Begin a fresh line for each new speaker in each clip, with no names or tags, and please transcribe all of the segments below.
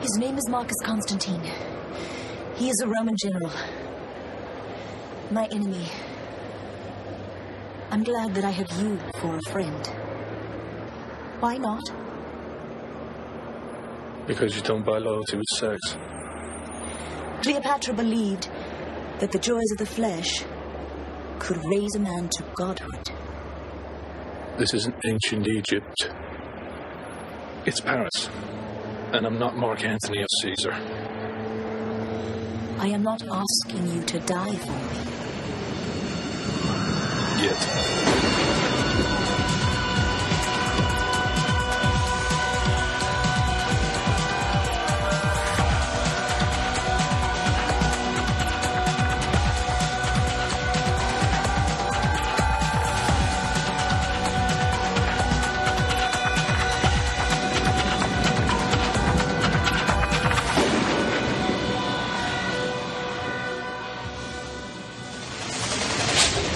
His name is Marcus Constantine. He is a Roman general. My enemy. I'm glad that I have you for a friend. Why not?
Because you don't buy loyalty with sex.
Cleopatra believed that the joys of the flesh could raise a man to godhood.
This isn't ancient Egypt. It's Paris. And I'm not Mark Antony of Caesar.
I am not asking you to die for me.
Yet.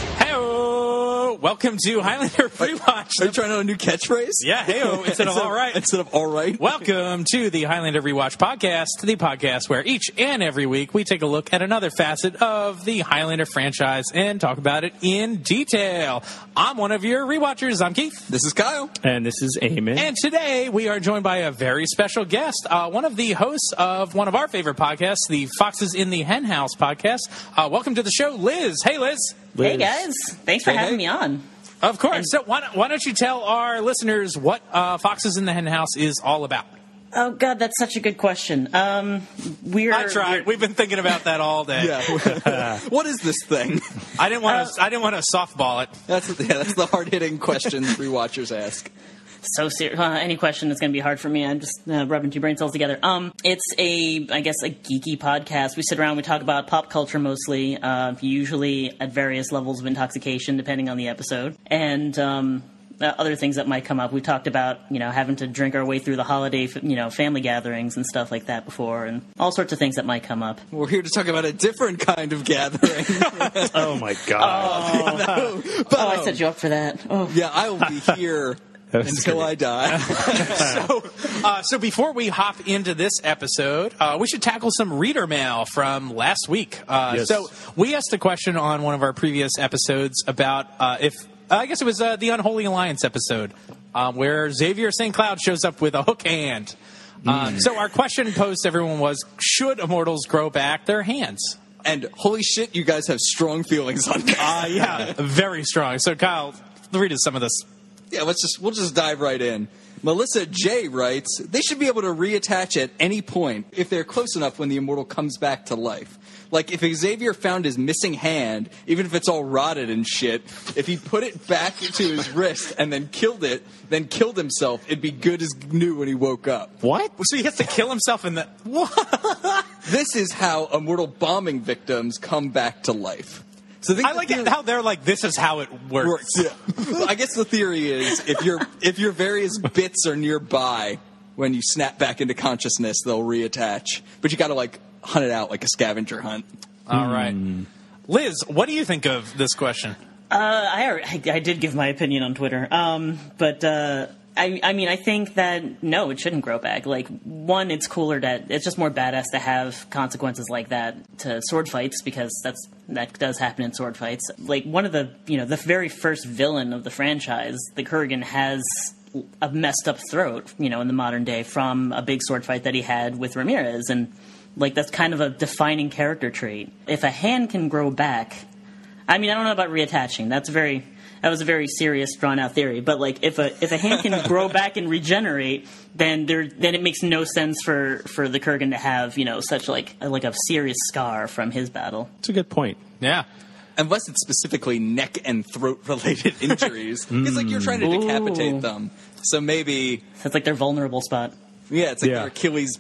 Heyo! Welcome to Highlander
Are you
Rewatch.
trying out a new catchphrase?
Yeah, heyo, instead of all right.
Instead of all right.
Welcome to the Highlander Rewatch podcast, the podcast where each and every week we take a look at another facet of the Highlander franchise and talk about it in detail. I'm one of your rewatchers. I'm Keith.
This is Kyle.
And this is Eamon.
And today we are joined by a very special guest, uh, one of the hosts of one of our favorite podcasts, the Foxes in the Hen House podcast. Uh, welcome to the show, Liz. Hey, Liz.
Hey guys, thanks for
Hey, hey.
having me on.
Of course. so why, don't- why don't you tell our listeners what uh, Foxes in the Hen House is all about?
Oh god, that's such a good question. Um, we're
I tried. We've been thinking about that all day.
Yeah. what is this thing?
I didn't want to. I didn't want to softball it.
That's yeah, that's the hard hitting question rewatchers ask.
so serious. Uh, any question is going to be hard for me. I'm just uh, rubbing two brain cells together. Um, it's a, I guess, a geeky podcast. We sit around, we talk about pop culture mostly, uh, usually at various levels of intoxication, depending on the episode, and um, uh, other things that might come up. We talked about, you know, having to drink our way through the holiday, f- you know, family gatherings and stuff like that before, and all sorts of things that might come up.
We're here to talk about a different kind of gathering.
oh my god.
But,
Oh, I set you up for that. Oh,
yeah, I will be here
That was
until
great.
I die.
Uh, so before we hop into this episode, uh, we should tackle some reader mail from last week. Uh,
Yes.
So we asked a question on one of our previous episodes about uh, if I guess it was uh, the Unholy Alliance episode um, where Xavier St. Cloud shows up with a hook hand. Um, so our question posed to everyone was: Should immortals grow back their hands?
and holy shit, you guys have strong feelings on that.
Uh, yeah, very strong. So Kyle, read us some of this.
Yeah, let's just we'll just dive right in. Melissa J writes, they should be able to reattach at any point if they're close enough when the immortal comes back to life. Like if Xavier found his missing hand, even if it's all rotted and shit, if he put it back to his wrist and then killed it, then killed himself, it'd be good as new when he woke up.
What? So he has to kill himself in the. What?
This is how immortal bombing victims come back to life. So think
I
the
like
theory-
it, how they're like, this is how it works.
works. Well, I guess the theory is if your if your various bits are nearby when you snap back into consciousness, they'll reattach. But you got to like hunt it out like a scavenger hunt.
All right. Liz, what do you think of this question?
Uh, I, alre- I I did give my opinion on Twitter, um, but uh, I I mean I think that no, it shouldn't grow back. Like one, it's cooler that it's just more badass to have consequences like that to sword fights because that's that does happen in sword fights. Like one of the you know the very first villain of the franchise, the Kurgan has a messed up throat, you know, in the modern day from a big sword fight that he had with Ramirez, and like that's kind of a defining character trait. If a hand can grow back, I mean, I don't know about reattaching. That's very that was a very serious, drawn out theory. But like, if a if a hand can grow back and regenerate, then there then it makes no sense for for the Kurgan to have you know such like a, like a serious scar from his battle.
That's a good point.
Yeah.
Unless it's specifically neck and throat related injuries, it's like you're trying to decapitate
Ooh.
them. So maybe
That's like their vulnerable spot.
yeah, it's like
Yeah.
their Achilles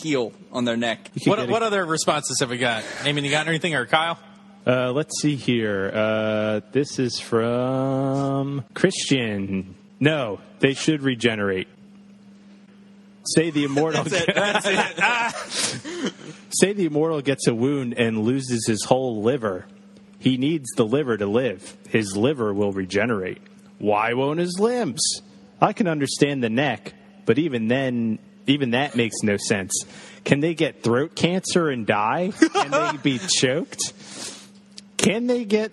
heel on their neck.
What, what other responses have we got? Eamon, you got anything? Or Kyle?
Uh, let's see here. Uh, this is from Christian. No, they should regenerate. Say the immortal. Say the immortal gets a wound and loses his whole liver. He needs the liver to live. His liver will regenerate. Why won't his limbs? I can understand the neck, but even then, even that makes no sense. Can they get throat cancer and die? Can they be choked? Can they get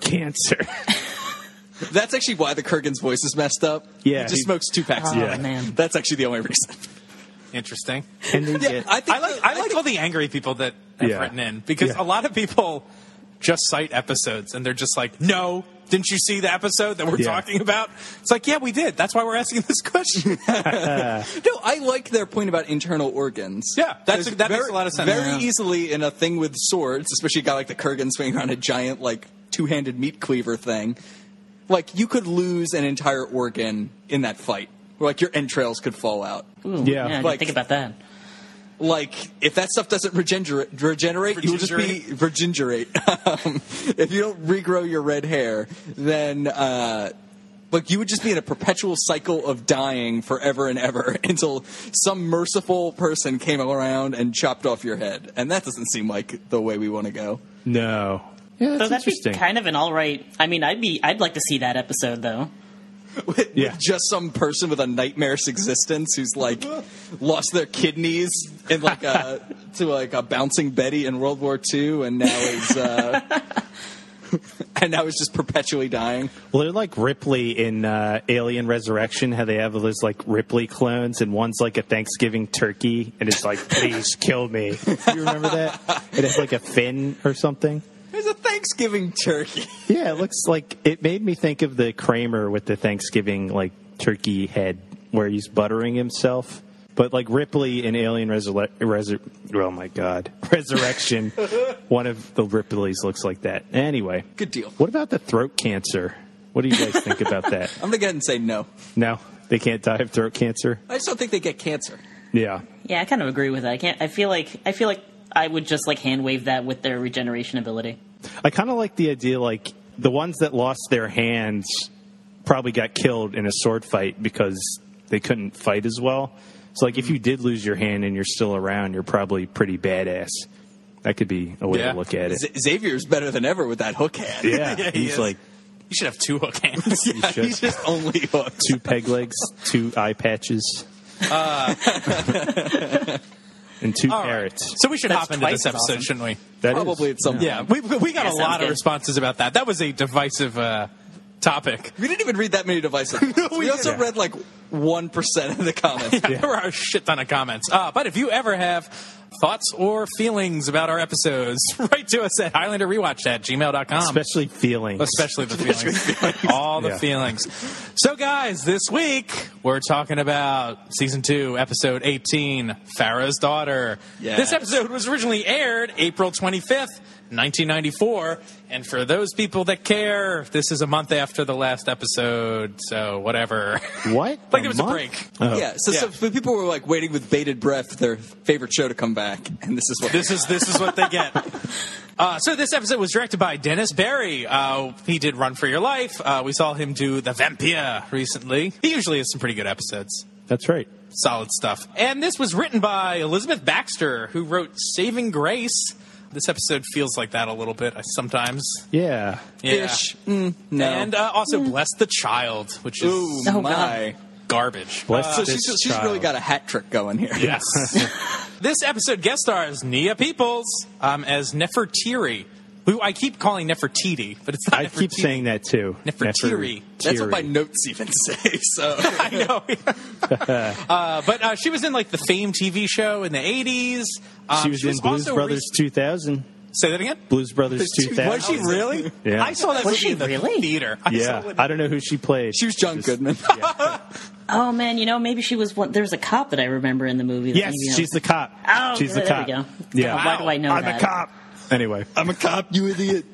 cancer?
That's actually why the Kurgan's voice is messed up.
Yeah,
he just
he-
smokes two packs.
Oh,
a
Yeah.
day.
man.
that's actually the only reason.
Interesting.
Can they get
I think
I like I like all the angry people that have
Yeah.
written in because
Yeah.
a lot of people just cite episodes and they're just like, "No, didn't you see the episode that we're
Yeah.
talking about?" It's like, "Yeah, we did. That's why we're asking this question."
No, I like their point about internal organs.
Yeah, that's-
There's
that
very,
makes a lot of sense.
Very
Yeah.
easily in a thing with swords, especially a guy like the Kurgan swinging around a giant like two-handed meat cleaver thing. Like you could lose an entire organ in that fight. Or, Like your entrails could fall out.
Ooh,
Yeah.
yeah, I didn't
Like-
think about that.
Like if that stuff doesn't regenerate, regenerate you'll just be regenerate. um, if you don't regrow your red hair, then uh, like you would just be in a perpetual cycle of dying forever and ever until some merciful person came around and chopped off your head. And that doesn't seem like the way we want to go.
no? Yeah, that's
So that'd
interesting.
be kind of an all right. I mean, I'd be I'd like to see that episode though.
With-
Yeah.
with just some person with a nightmarish existence who's like lost their kidneys in like a to like a bouncing Betty in World War II, and now is uh, and now is just perpetually dying.
Well, they're like Ripley in uh, Alien Resurrection. How they have all those like Ripley clones, and one's like a Thanksgiving turkey, and it's like, "Please kill me." You remember that? It has like a fin or something.
There's a Thanksgiving turkey.
Yeah, it looks like it made me think of the Kramer with the Thanksgiving like turkey head where he's buttering himself. But like Ripley in Alien Resur- Resur- oh my god, Resurrection, one of the Ripleys looks like that. Anyway,
Good deal.
What about the throat cancer? What do you guys think about that?
I'm gonna go ahead and say no.
No, they can't die of throat cancer.
I just don't think they get cancer.
Yeah,
Yeah, I kind of agree with that. I can't. I feel like I feel like I would just like hand wave that with their regeneration ability.
I kind of like the idea like the ones that lost their hands probably got killed in a sword fight because they couldn't fight as well. So like if you did lose your hand and you're still around, you're probably pretty badass. That could be a way
Yeah.
to look at it.
Z- Xavier's better than ever with that hook hand.
yeah.
he
he's
is.
like
you should have two hook hands.
Yeah,
should.
he's just only hooked.
two peg legs, two eye patches. and two
Uh. All right.
parrots.
So we should
That's
hop into
twice
this
as
episode,
awesome.
shouldn't we?
That is-
Probably at some
Yeah,
point.
we we got
Yeah,
a
sounds
lot of
good.
responses about that. That was a divisive uh, topic.
We didn't even read that many devices. we, also
didn't.
read like one percent of the comments.
There were a shit ton of comments. Uh, but if you ever have thoughts or feelings about our episodes, write to us at HighlanderRewatch at gmail.com.
especially feelings.
Especially the feelings. All the
Yeah.
feelings. So, guys, this week we're talking about season two, episode 18, Pharaoh's Daughter.
Yes.
This episode was originally aired April 25th, 1994. And for those people that care, this is a month after the last episode. So, whatever.
What? Oh,
like there was
month?
a break.
Oh, Yeah, so, so
Yeah.
people were like waiting with bated breath for their favorite show to come back, and this is what
This is this is what they get. Uh, so this episode was directed by Dennis Barry. Uh, he did Run for Your Life. Uh, we saw him do The Vampire recently. He usually has some pretty good episodes.
That's right.
Solid stuff. And this was written by Elizabeth Baxter, who wrote Saving Grace. This episode feels like that a little bit uh, sometimes.
Yeah.
Yeah.
ish. Mm, no,
And uh, also Bless the Child, which is
ooh
Oh,
my.
garbage.
Bless
Uh, So
this
she's, she's
child.
really got a hat trick going here.
Yes. this episode guest stars Nia Peoples um, as Nefertiri, who I keep calling Nefertiti, but it's not.
I keep
Nefertiti.
saying that too.
Nefertiri.
That's what my
Nefertiri.
notes even say. So
I know. uh, but uh, she was in like the Fame TV show in the '80s. Um,
she was in Blues
also
Brothers
rec-
2000.
Say that again.
Blues Brothers
two-
2000.
was she
really?
Yeah.
I saw that
Was
movie
she
in the
really?
theater. I
Yeah.
saw it.
I don't know who she played.
she was John Goodman.
Oh man, you know maybe she was one. There's a cop that I remember in the movie. That
yes,
maybe I
she's the
was-
cop.
Oh,
she's the
there
cop.
we go.
Yeah.
Why do I know
I'm
that?
a cop. Anyway.
I'm a cop, you idiot.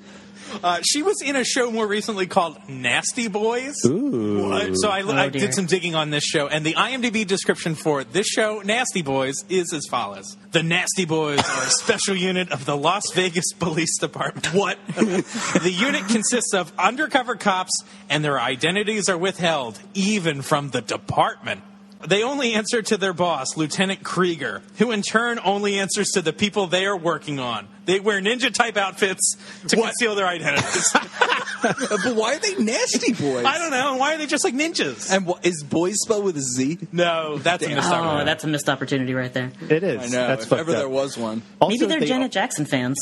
Uh, she was in a show more recently called Nasty Boys.
Ooh.
What? So I, I
Oh, dear.
did some digging on this show, and the IMDb description for this show, Nasty Boys, is as follows: The Nasty Boys are a special unit of the Las Vegas Police Department. What? the unit consists of undercover cops, and their identities are withheld even from the department. They only answer to their boss, Lieutenant Krieger, who in turn only answers to the people they are working on.
They wear ninja type outfits to conceal their identities.
but why are they nasty boys?
I don't know. Why are they just like ninjas?
And what, is boys spelled with a Z?
No, that's a
Damn.
missed
Oh,
opportunity.
that's a missed opportunity right there.
It is.
I know.
That's
if
fucked
ever
up.
there was one.
Also,
Maybe they're
they-
Janet Jackson fans.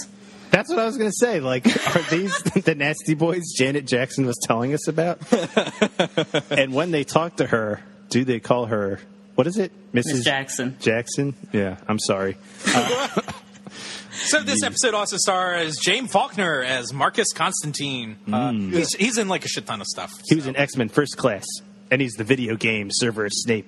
That's what I was going to say. Like, are these the nasty boys Janet Jackson was telling us about? and when they talk to her, do they call her, what is it? Mrs.
Miss Jackson.
Jackson? Yeah, I'm sorry.
So this episode also stars James Faulkner as Marcus Constantine. Uh,
Hmm.
he's, he's in like a shit ton of stuff.
He was in X Men First Class, and he's the video game server of Snape.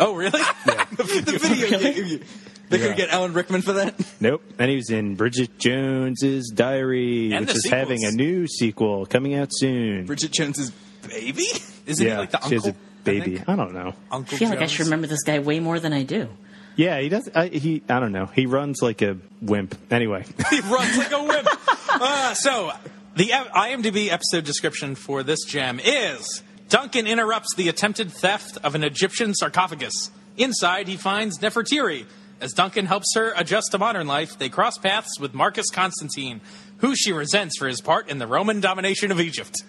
Oh, really?
the video game. They could get Alan Rickman for that.
Nope. And he was in Bridget Jones's Diary,
And the
which is
sequels.
having a new sequel coming out soon.
Bridget Jones's baby.
Isn't
yeah,
he like the uncle?
she has a baby. I, don't know.
I
Uncle
feel like I
Jones?
should remember this guy way more than I do.
Yeah, he does. I, he, I don't know. He runs like a wimp. Anyway,
he runs like a whip. Uh, so, the ep- IMDb episode description for this gem is Duncan interrupts the attempted theft of an Egyptian sarcophagus. Inside, he finds Nefertiri. As Duncan helps her adjust to modern life, they cross paths with Marcus Constantine, who she resents for his part in the Roman domination of Egypt.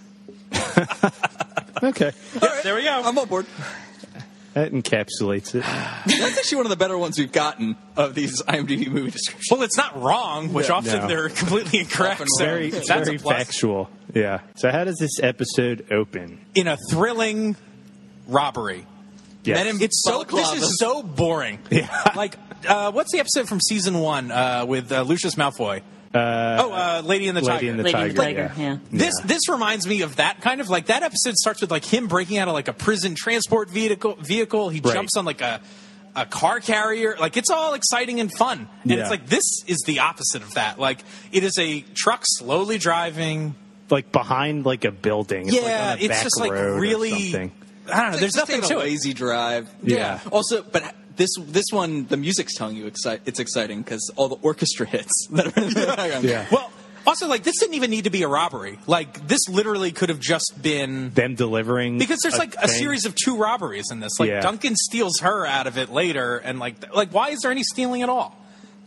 okay,
There we go.
I'm on board.
that encapsulates it.
That's actually one of the better ones we've gotten of these IMDb movie descriptions.
well, it's not wrong, which often
No.
they're completely incorrect.
Often
so
very
that's
very
a plus.
factual. Yeah. So how does this episode open?
In a thrilling robbery.
Yes.
Men in-
It's so. This
Balaclavas.
is so boring. like, uh, what's the episode from season one uh, with uh, Lucius Malfoy? Uh, oh, uh, Lady and the
Lady
Tiger.
and the
Lady
Tiger.
and the Tiger, yeah.
this this reminds me of that kind of like that episode starts with like him breaking out of like a prison transport vehicle. Vehicle. He
Right.
jumps on like a a car carrier. Like it's all exciting and fun. And
Yeah.
it's like this is the opposite of that. Like it is a truck slowly driving.
like behind like a building. It's
yeah,
like on a
it's
back
just like
road or
really.
something.
I don't know. There's
Just
nothing
taking
to
a
it.
lazy drive.
Yeah.
Also, but this this one, the music's telling you exci- it's exciting because all the orchestra hits that are in the background.
Yeah.
Well, also like this didn't even need to be a robbery. Like this literally could have just been
Them delivering
because there's like a
thing.
series of two robberies in this. Like
Yeah.
Duncan steals her out of it later, and like th- like why is there any stealing at all?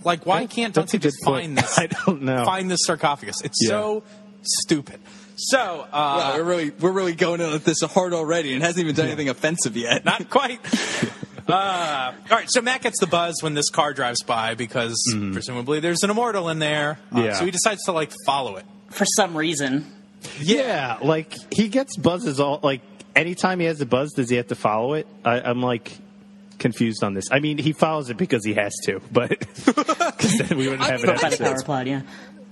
Like why can't
that's a
Duncan
good
just
point.
find this?
I don't know.
Find this sarcophagus. It's
Yeah.
so stupid. So uh,
Wow, we're really we're really going in at this hard already, and hasn't even done anything offensive yet.
not quite. Uh, all right, so Matt gets the buzz when this car drives by because presumably there's an immortal in there. Uh,
Mm-hmm. Yeah.
So he decides to like follow it.
For some reason.
Yeah, like he gets buzzes all like anytime he has a buzz, does he have to follow it? I, I'm like confused on this. I mean, he follows it because he has to, but 'cause then we wouldn't have an
By the
episode.
power plot, yeah.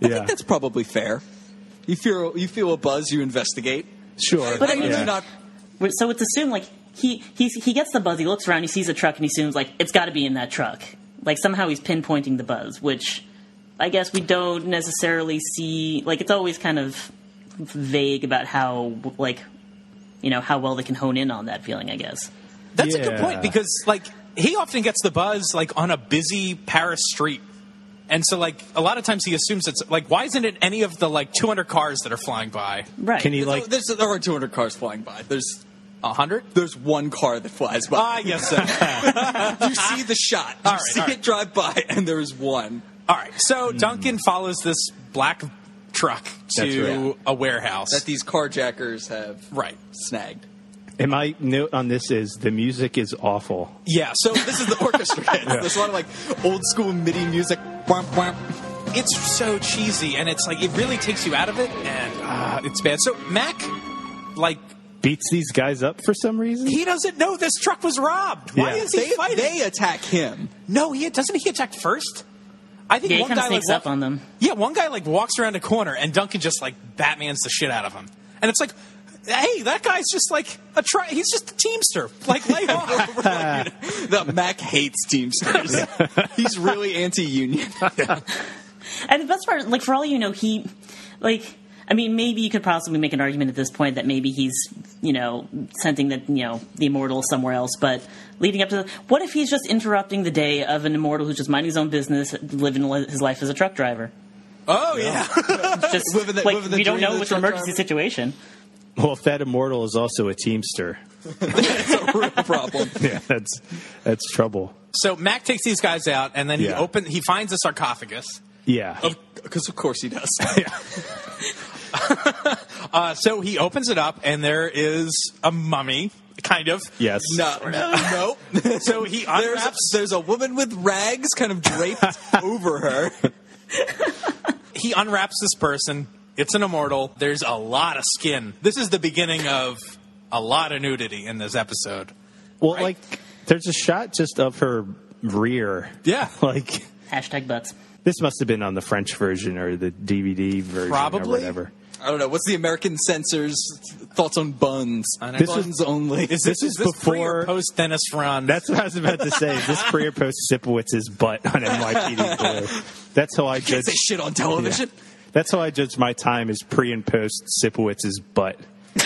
I
Yeah,
think that's probably fair. You feel you feel a buzz, you investigate.
sure.
But I
yeah.
mean, they're not
We're- So it's assumed like he he's, he gets the buzz. He looks around. He sees a truck, and he assumes like it's got to be in that truck. Like somehow he's pinpointing the buzz, which I guess we don't necessarily see. Like it's always kind of vague about how like you know how well they can hone in on that feeling. I guess.
That's a good
Yeah.
point because like he often gets the buzz like on a busy Paris street. And so like a lot of times he assumes it's like why isn't it any of the like 200 cars that are flying by?
Right.
Can he like?
oh, there's, there are 200 cars flying by. There's
100?
there's one car that flies by.
Ah, yes. sir.
you see the shot. You
All right,
see
all right.
it drive by, and there is one.
All right. So Duncan follows this black truck
Hmm. That's
to
right.
a warehouse.
that these carjackers have
right.
snagged.
And my note on this is the music is awful.
Yeah, so
This is the orchestra. There's a lot of like old school MIDI music. Womp, womp.
it's so cheesy and it's like it really takes you out of it and uh, it's bad. So Mac like
Beats these guys up for some reason.
he doesn't know this truck was robbed. Why
Yeah.
is he
They,
fighting?
they attack him.
No, he doesn't. He attacked first. I think
yeah, he
one
kind of
guy
sneaks
like
up on them.
yeah, one guy like walks around a corner and Duncan just like Batman's the shit out of him, and it's like, hey, that guy's just like a try. He's just a teamster. Like lay off.
The Mac hates Teamsters. He's really anti-union.
And the best part, like for all you know, he, like, I mean, maybe you could possibly make an argument at this point that maybe he's, you know, sensing that you know the immortal is somewhere else. But leading up to, the, what if he's just interrupting the day of an immortal who's just minding his own business, living li- his life as a truck driver?
Oh yeah.
Just
Living the-
like
living the
we don't
dream of
know
the
it's an
truck
emergency
driver.
situation.
Well, if that immortal is also a teamster,
It's a real problem.
yeah, that's that's trouble.
so Mac takes these guys out, and then he
Yeah.
open he finds a sarcophagus.
Yeah,
Of
because of course he does.
Uh, so he opens it up, and there is a mummy, kind of.
Yes.
no, no, nope.
So he
There's a,
unwraps
there's a woman with rags kind of draped over her.
he unwraps this person. It's an immortal. There's a lot of skin. This is the beginning of a lot of nudity in this episode.
Well, like there's a shot just of her rear.
Yeah.
Like
Hashtag butts.
this must have been on the French version or the DVD version
Probably.
or whatever.
I don't know. What's the American censor's thoughts on buns?
know.
This was-
buns only.
Is
This
this,
is
is this pre or
before-
post Dennis Ron?
That's what I was about to say. Is this pre or post Sipowitz's butt on NYPD Blue? That's how I
Can't
judge.
say shit on television.
That's how I judge my time is pre and post Sipowitz's butt.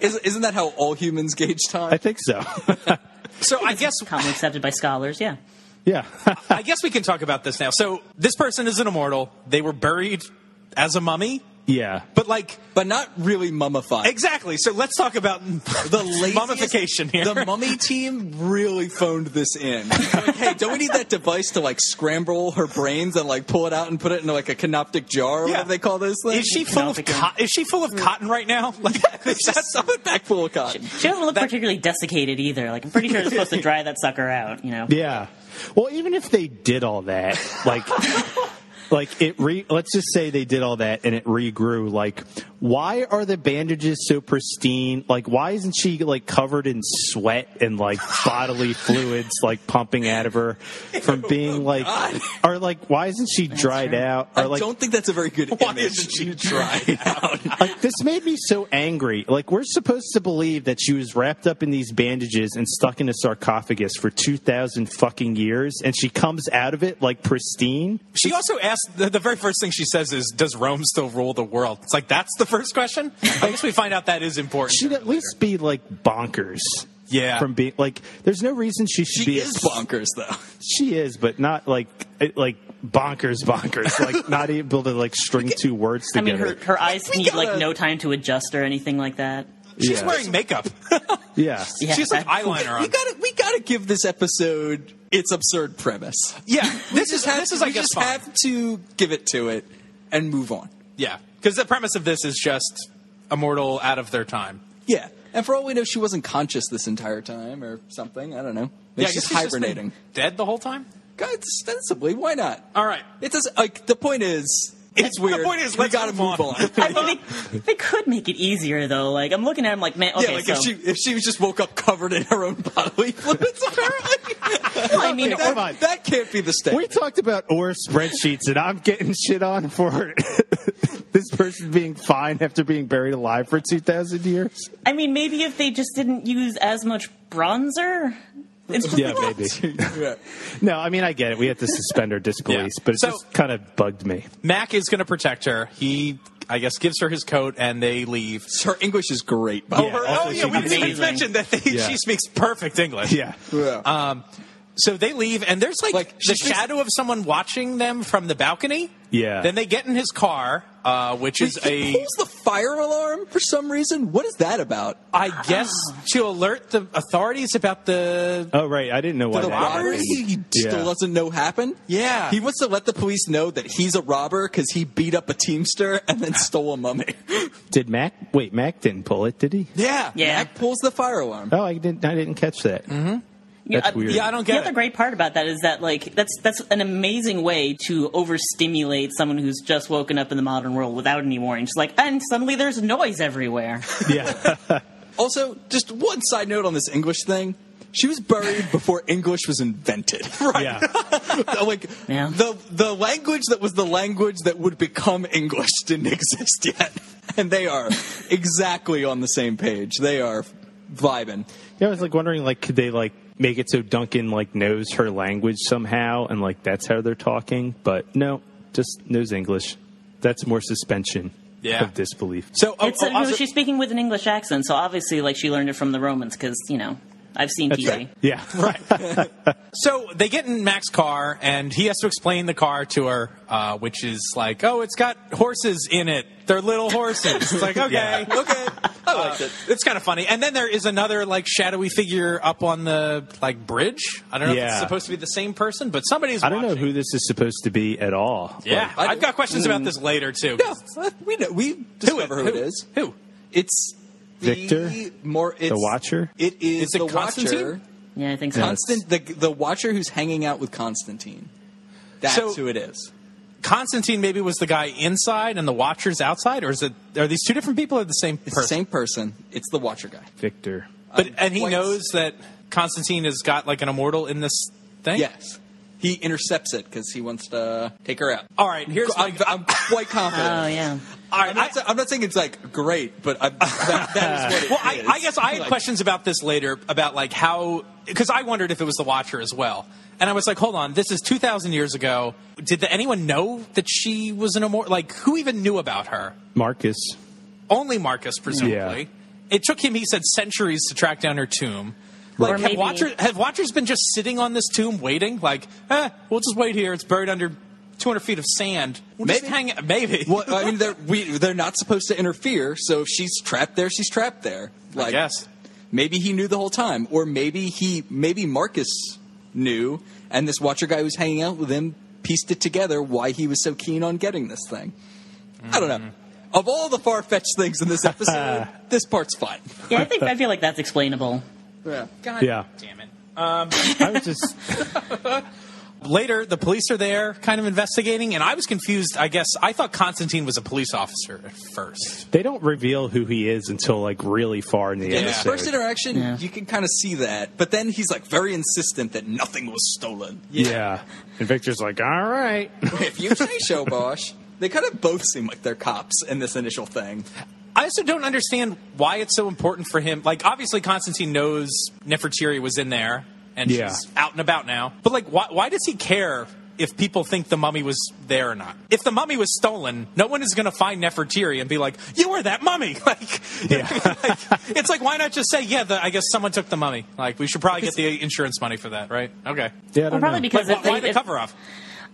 Is, isn't that how all humans gauge
I
time?
think so.
so I guess
Commonly accepted by scholars, yeah.
yeah.
I guess we can talk about this now. So this person is an immortal. They were buried as a mummy,
yeah.
but like
But not really mummified.
exactly. So let's talk about the
the laziest,
mummification here.
The mummy team really phoned this in. Like, hey, don't we need that device to like scramble her brains and like pull it out and put it into like a canoptic jar or
Yeah.
whatever they call those things?
Is she full of
Canopic.
co- is she full of cotton right now? Like
That's
that's
something back full of cotton.
She doesn't look particularly desiccated either. Like, I'm pretty sure it's supposed to dry that sucker out, you know?
Yeah. Well, even if they did all that, like, like it re. Let's just say they did all that and it regrew. Like, why are the bandages so pristine? Like, why isn't she like covered in sweat and like bodily fluids like pumping out of her from being like,
oh God.
or like, why isn't she dried
right.
out?
I
Or like,
don't think that's a very good
Why
image.
isn't
she tried out?
like this made me so angry. Like we're supposed to believe that she was wrapped up in these bandages and stuck in a sarcophagus for two thousand fucking years, and she comes out of it like pristine.
She also asked the, the very first thing she says is, "Does Rome still rule the world?" It's like that's the first question. I guess we find out that is important.
She'd at least be like bonkers.
Yeah.
from being like, there's no reason she should
She
be.
is bonkers though.
She is, but not like it- like bonkers, bonkers. like not able to like string two words
I mean,
together.
her, her eyes need, like,
gotta-
no time to adjust or anything like that.
She's
yeah.
wearing makeup.
yeah.
Yeah,
She's like
that-
eyeliner
We
on.
gotta we gotta give this episode its absurd premise.
Yeah, this is
Just have-
this is I
we
guess
just
fine.
have to give it to it and move on.
yeah, because the premise of this is just immortal out of their time.
Yeah. And for all we know, she wasn't conscious this entire time or something. I don't know. Maybe
Yeah, I
she's
guess she's just been
hibernating.
dead the whole time.
God, ostensibly, why not?
All right.
It does. Like the point is, it's weird.
point is,
we
let's
gotta move
move
on.
on.
I mean, they, they could make it easier, though. Like, I'm looking at him like, man, okay,
yeah, like
so...
if she if she just woke up covered in her own bodily fluids, apparently.
I mean,
that,
hold on.
that can't be the standard.
We talked about OR spreadsheets, and I'm getting shit on for this person being fine after being buried alive for 2,000 years.
I mean, maybe if they just didn't use as much bronzer. It's just like,
maybe.
Yeah.
No, I mean, I get it. We have to suspend our disbelief,
Yeah.
but it
So-
just kind of bugged me.
Mac is going to protect her. He, I guess, gives her his coat, and they leave.
Her English is great, by the
Yeah,
way.
also
oh yeah,
she
we didn't even
amazing.
mention that they,
Yeah.
she speaks perfect English.
Yeah.
Yeah.
Um, so they leave, and there's like,
Like,
the
she thinks-
shadow of someone watching them from the balcony.
Yeah.
Then they get in his car, uh, which is
he
a,
pulls the fire alarm for some reason. What is that about?
I guess, to alert the authorities about the.
Oh, right. I didn't know why
the
that
robbery
happened.
he still
Yeah.
doesn't know happened.
Yeah.
he wants to let the police know that he's a robber because he beat up a teamster and then stole a mummy.
Did Mac? Wait, Mac didn't pull it, did he?
yeah,
Yeah.
Mac pulls the fire alarm.
Oh, I didn't. I didn't catch that.
you know,
That's
uh,
weird.
Yeah, I don't
The
get
other
it.
great part about that is that like that's that's an amazing way to overstimulate someone who's just woken up in the modern world without any warning. She's like, and suddenly there's noise everywhere.
Oh,
Yeah,
Also, just one side note on this English thing. She was buried before English was invented. Right.
yeah.
like
Yeah.
the the language that was the language that would become English didn't exist yet. And they are exactly on the same page. They are vibing.
Yeah, I was like wondering, like, could they like make it so Duncan like knows her language somehow, and like that's how they're talking? But no, just knows English. That's more suspension
Yeah.
of disbelief.
So, oh,
It's
oh,
uh, no,
also-
she's speaking with an English accent, so obviously like she learned it from the Romans because you know I've seen TV.
Yeah, right.
So they get in Mac's car, and he has to explain the car to her, uh, which is like, oh, it's got horses in it. They're little horses. It's like, okay, okay.
I liked it.
It's kind of funny. And then there is another like shadowy figure up on the like bridge. I don't know if it's
Yeah.
supposed to be the same person, but somebody's.
I don't know
watching.
who this is supposed to be at all.
Yeah,
I-
I've got questions about this later too.
Hmm. No, we know, we discover who, it is.
Who?
It's the
Victor?
More it's,
Watcher?
It is,
Is it
the
Constantine?
Watcher.
Yeah, I think so.
Constant the the Watcher who's hanging out with Constantine. That's
So-
who it is.
Constantine maybe was the guy inside and the Watchers outside, or is it? Are these two different people or the same
It's
person?
the same person. It's the Watcher guy.
Victor.
But
I'm
and he
quite-
knows that Constantine has got like an immortal in this thing.
Yes. He intercepts it because he wants to take her out.
All right. Oh, Here's my,
I'm, I'm quite confident.
Oh yeah.
all right,
I'm not,
I-
sa- I'm not saying it's like great, but I'm, that, that is what it
well, I,
is.
I guess I had
Like,
questions about this later about like how because I wondered if it was the Watcher as well, and I was like, hold on, this is two thousand years ago. Did the, anyone know that she was an immortal? Like, who even knew about her?
Marcus.
Only Marcus, presumably. It took him, he said, centuries to track down her tomb.
Or
Like, have,
maybe-
Watcher, have Watchers been just sitting on this tomb waiting? Like, eh, we'll just wait here. It's buried under 200 feet of sand. We'll just
Maybe.
hang it. Maybe.
Well, I mean, they're we, they're not supposed to interfere. So if she's trapped there, she's trapped there. Like,
I guess.
maybe he knew the whole time, or maybe he, maybe Marcus knew, and this Watcher guy who was hanging out with him pieced it together why he was so keen on getting this thing. I don't know. Of all the far fetched things in this episode, this part's fine.
Yeah, I think I feel like that's explainable.
Yeah.
Yeah.
Damn it.
I was just.
Later, the police are there, kind of investigating, and I was confused. I guess I thought Constantine was a police officer at first.
They don't reveal who he is until like really far in the
In this
episode.
first interaction,
Yeah.
you can kind of see that, but then he's like very insistent that nothing was stolen.
yeah. And Victor's like, all right.
if you say so, Bosch, they kind of both seem like they're cops in this initial thing.
I also don't understand why it's so important for him. Like, obviously, Constantine knows Nefertiti was in there, and
Yeah.
she's out and about now. But like, why, why does he care if people think the mummy was there or not? If the mummy was stolen, no one is going to find Nefertiti and be like, "You were that mummy." Like, you know what I mean? Like, it's like, why not just say, "Yeah, the, I guess someone took the mummy." Like, we should probably get the insurance money for that, right? Okay.
Yeah, I
Well,
don't
probably
know.
because
Like,
if
why, why
they-
the
if-
cover off?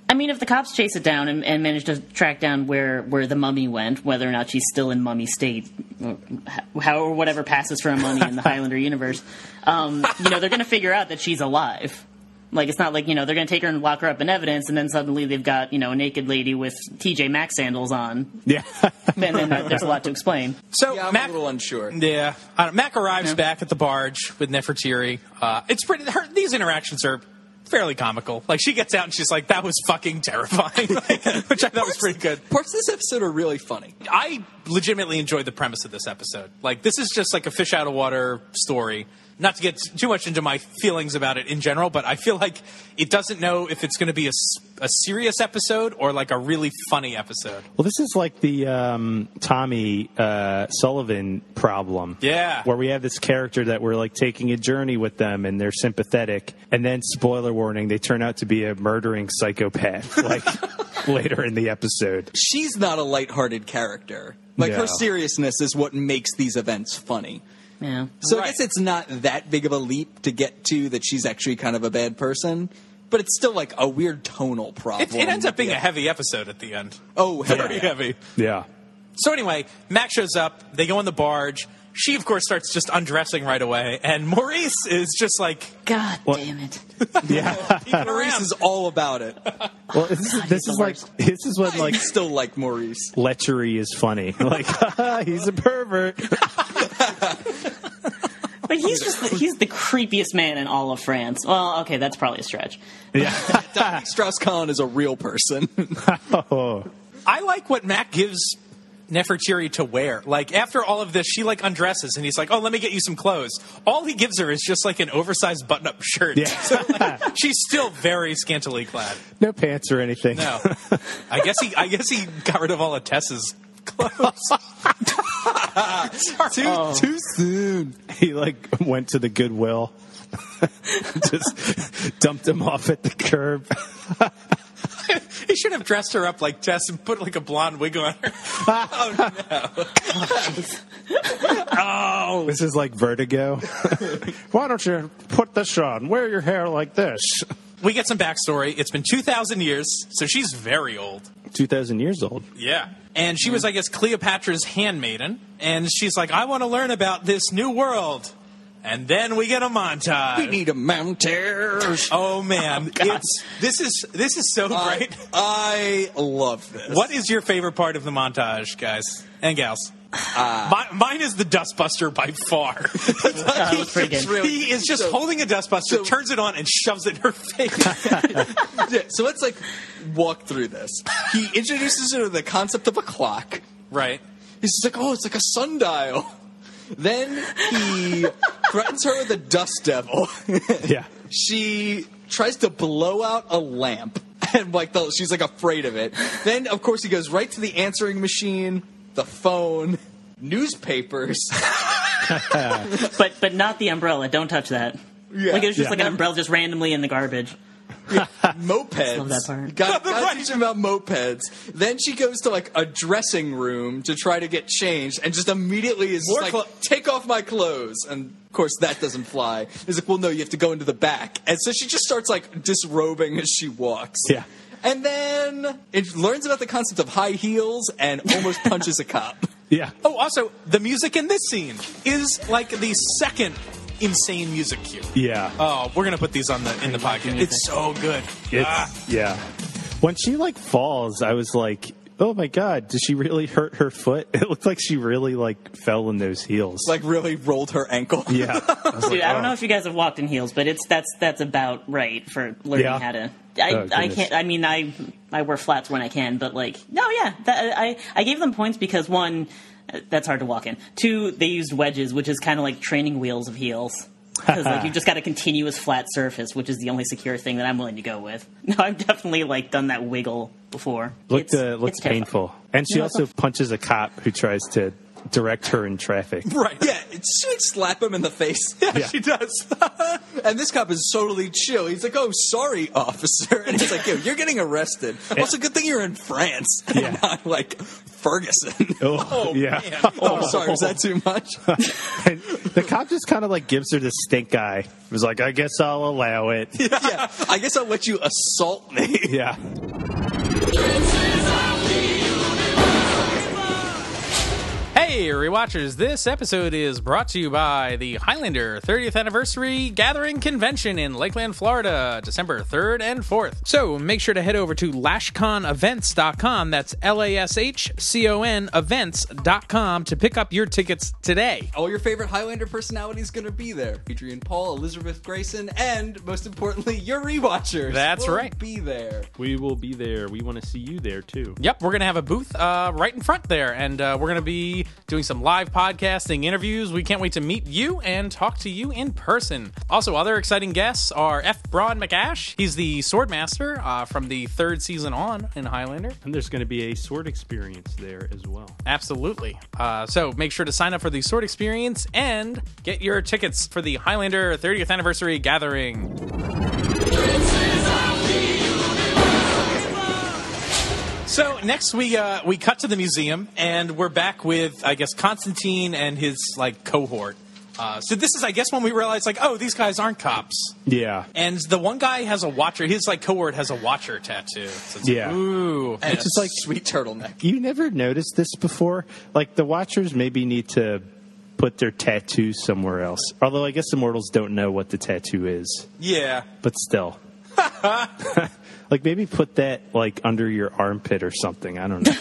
I mean, if the cops chase it down and, and manage to track down where, where the mummy went, whether or not she's still in mummy state, or h- how or whatever passes for a mummy in the Highlander universe, um, you know, they're going to figure out that she's alive. Like it's not like you know they're going to take her and lock her up in evidence, and then suddenly they've got you know a naked lady with TJ Maxx sandals on,
yeah.
and then that, there's a lot to explain.
So
Yeah, I'm
Mac,
a little unsure.
yeah, I don't- Mac arrives back at the barge with Nefertiti. Uh, it's pretty. Her, these interactions are fairly comical. Like she gets out and she's like, "That was fucking terrifying," like, which I thought was pretty good.
Parts of this episode are really funny.
I legitimately enjoyed the premise of this episode. Like this is just like a fish out of water story. Not to get t- too much into my feelings about it in general, but I feel like it doesn't know if it's going to be a, s- a serious episode or like a really funny episode.
Well, this is like the um, Tommy uh, Sullivan problem.
Yeah.
Where we have this character that we're like taking a journey with them and they're sympathetic. And then, spoiler warning, they turn out to be a murdering psychopath, like later in the episode.
She's not a lighthearted character. Like
No.
her seriousness is what makes these events funny.
Yeah.
So I
Right.
guess it's not that big of a leap to get to that she's actually kind of a bad person, but it's still like a weird tonal problem.
It, it ends up being
Yeah.
a heavy episode at the end.
Oh, hell
very
yeah.
heavy.
Yeah.
So anyway, Mac shows up. They go on the barge. She, of course, starts just undressing right away, and Maurice is just like
God damn it.
peeking
Maurice
around.
is all about it.
Well, this, is this
the
is like,
worst.
this is when
Like
like
still like Maurice.
lechery is funny. Like, he's a pervert.
But he's just the, he's the creepiest man in all of France. Well, okay, that's probably a stretch.
Yeah.
Strauss Kahn is a real person.
Oh.
I like what Mac gives Nefertiti to wear. Like after all of this, she like undresses, and he's like, "Oh, let me get you some clothes." All he gives her is just like an oversized button-up shirt.
Yeah.
So, like, she's still very scantily clad.
No pants or anything.
No, I guess he. I guess he got rid of all of Tess's clothes.
too
Oh.
too soon.
Oh. He like went to the Goodwill, just dumped him off at the curb.
he should have dressed her up like Tess and put like a blonde wig on her.
Oh. This is like vertigo. Why don't you put this on? Wear your hair like this.
we get some backstory. It's been 2,000 years, so she's very old.
Two thousand years old.
Yeah. And she was, I guess, Cleopatra's handmaiden. And she's like, I want to learn about this new world. And then we get a montage.
We need a montage.
oh man, it's this is this is so
Uh,
great.
I, I love this.
What is your favorite part of the montage, guys and gals? Mi- mine is the dustbuster by far.
That was pretty good.
he is just holding a dustbuster,
so-
turns it on, and shoves it in her face.
Yeah, so let's like walk through this. He introduces her to the concept of a clock.
right.
He's just like, oh, it's like a sundial. Then he threatens her with a dust devil.
Yeah.
she tries to blow out a lamp, and like the, she's like afraid of it. Then of course he goes right to the answering machine, the phone, newspapers.
But but not the umbrella. Don't touch that.
Yeah.
Like it was just
Yeah.
like an umbrella just randomly in the garbage.
mopeds.
Love that part.
Got, got
Right.
to teach him about mopeds. Then she goes to like a dressing room to try to get changed, and just immediately is just
More
like,
clo-
"Take off my clothes." And of course, that doesn't fly. He's like, "Well, no, you have to go into the back." And so she just starts like disrobing as she walks.
Yeah.
And then it learns about the concept of high heels and almost punches a cop.
Yeah.
Oh, also the music in this scene is like the second insane music cue.
Yeah.
Oh, we're gonna put these on the in the podcast. It's so good.
It's,
Ah.
Yeah. When she like falls, I was like, "Oh my god, did she really hurt her foot?" It looked like she really like fell in those heels.
Like really rolled her ankle.
yeah. I was
Dude,
like,
I don't
oh.
know if you guys have walked in heels, but it's that's that's about right for learning
Yeah.
how to. I,
Oh,
I
goodness.
can't. I mean, I I wear flats when I can, but like, no, yeah, that, I I gave them points because one, uh, that's hard to walk in. Two, they used wedges, which is kind of like training wheels of heels. Because like you just got a continuous flat surface, which is the only secure thing that I'm willing to go with. No, I've definitely like done that wiggle before.
looked
It's-
uh,
it's
looked
terrifying.
painful, and she
Yeah,
also punches a cop who tries to direct her in traffic.
Right.
Yeah, she would slap him in the face.
yeah. she does.
And this cop is totally chill. He's like, "Oh, sorry, officer," and it's like, "Yo, you're getting arrested." Also, good thing you're in France, and
Yeah.
not like Ferguson.
Oh, yeah.
oh, I'm sorry, was that too much?
And the cop just kind of like gives her the stink eye. It was like, "I guess I'll allow it."
yeah, I guess I'll let you assault me.
Yeah.
Hey, rewatchers! This episode is brought to you by the Highlander 30th Anniversary Gathering Convention in Lakeland, Florida, December 3rd and 4th. So make sure to head over to lashconevents.com, that's L A S H C O N events.com, to pick up your tickets today.
All your favorite Highlander personalities going to be there. Adrian Paul, Elizabeth Grayson, and most importantly, your rewatchers.
That's
will
right.
Be there.
We will be there. We want to see you there too.
Yep, we're going to have a booth uh, right in front there, and uh, we're going to be doing some live podcasting interviews. We can't wait to meet you and talk to you in person. Also, other exciting guests are F. Braun McAsh. He's the Swordmaster uh, from the third season on in Highlander.
And there's going to be a sword experience there as well.
Absolutely. Uh, so make sure to sign up for the Sword Experience and get your tickets for the Highlander 30th Anniversary Gathering. So next we uh, we cut to the museum and we're back with I guess Constantine and his like cohort. Uh, so this is I guess when we realize like oh these guys aren't cops
Yeah.
and the one guy has a watcher his like cohort has a watcher tattoo. So it's like,
Yeah.
ooh.
And it's
just like-
sweet turtleneck.
You never noticed this before. Like the Watchers maybe need to put their tattoo somewhere else. Although I guess the mortals don't know what the tattoo is,
yeah.
but still. like maybe put that like under your armpit or something. I don't know.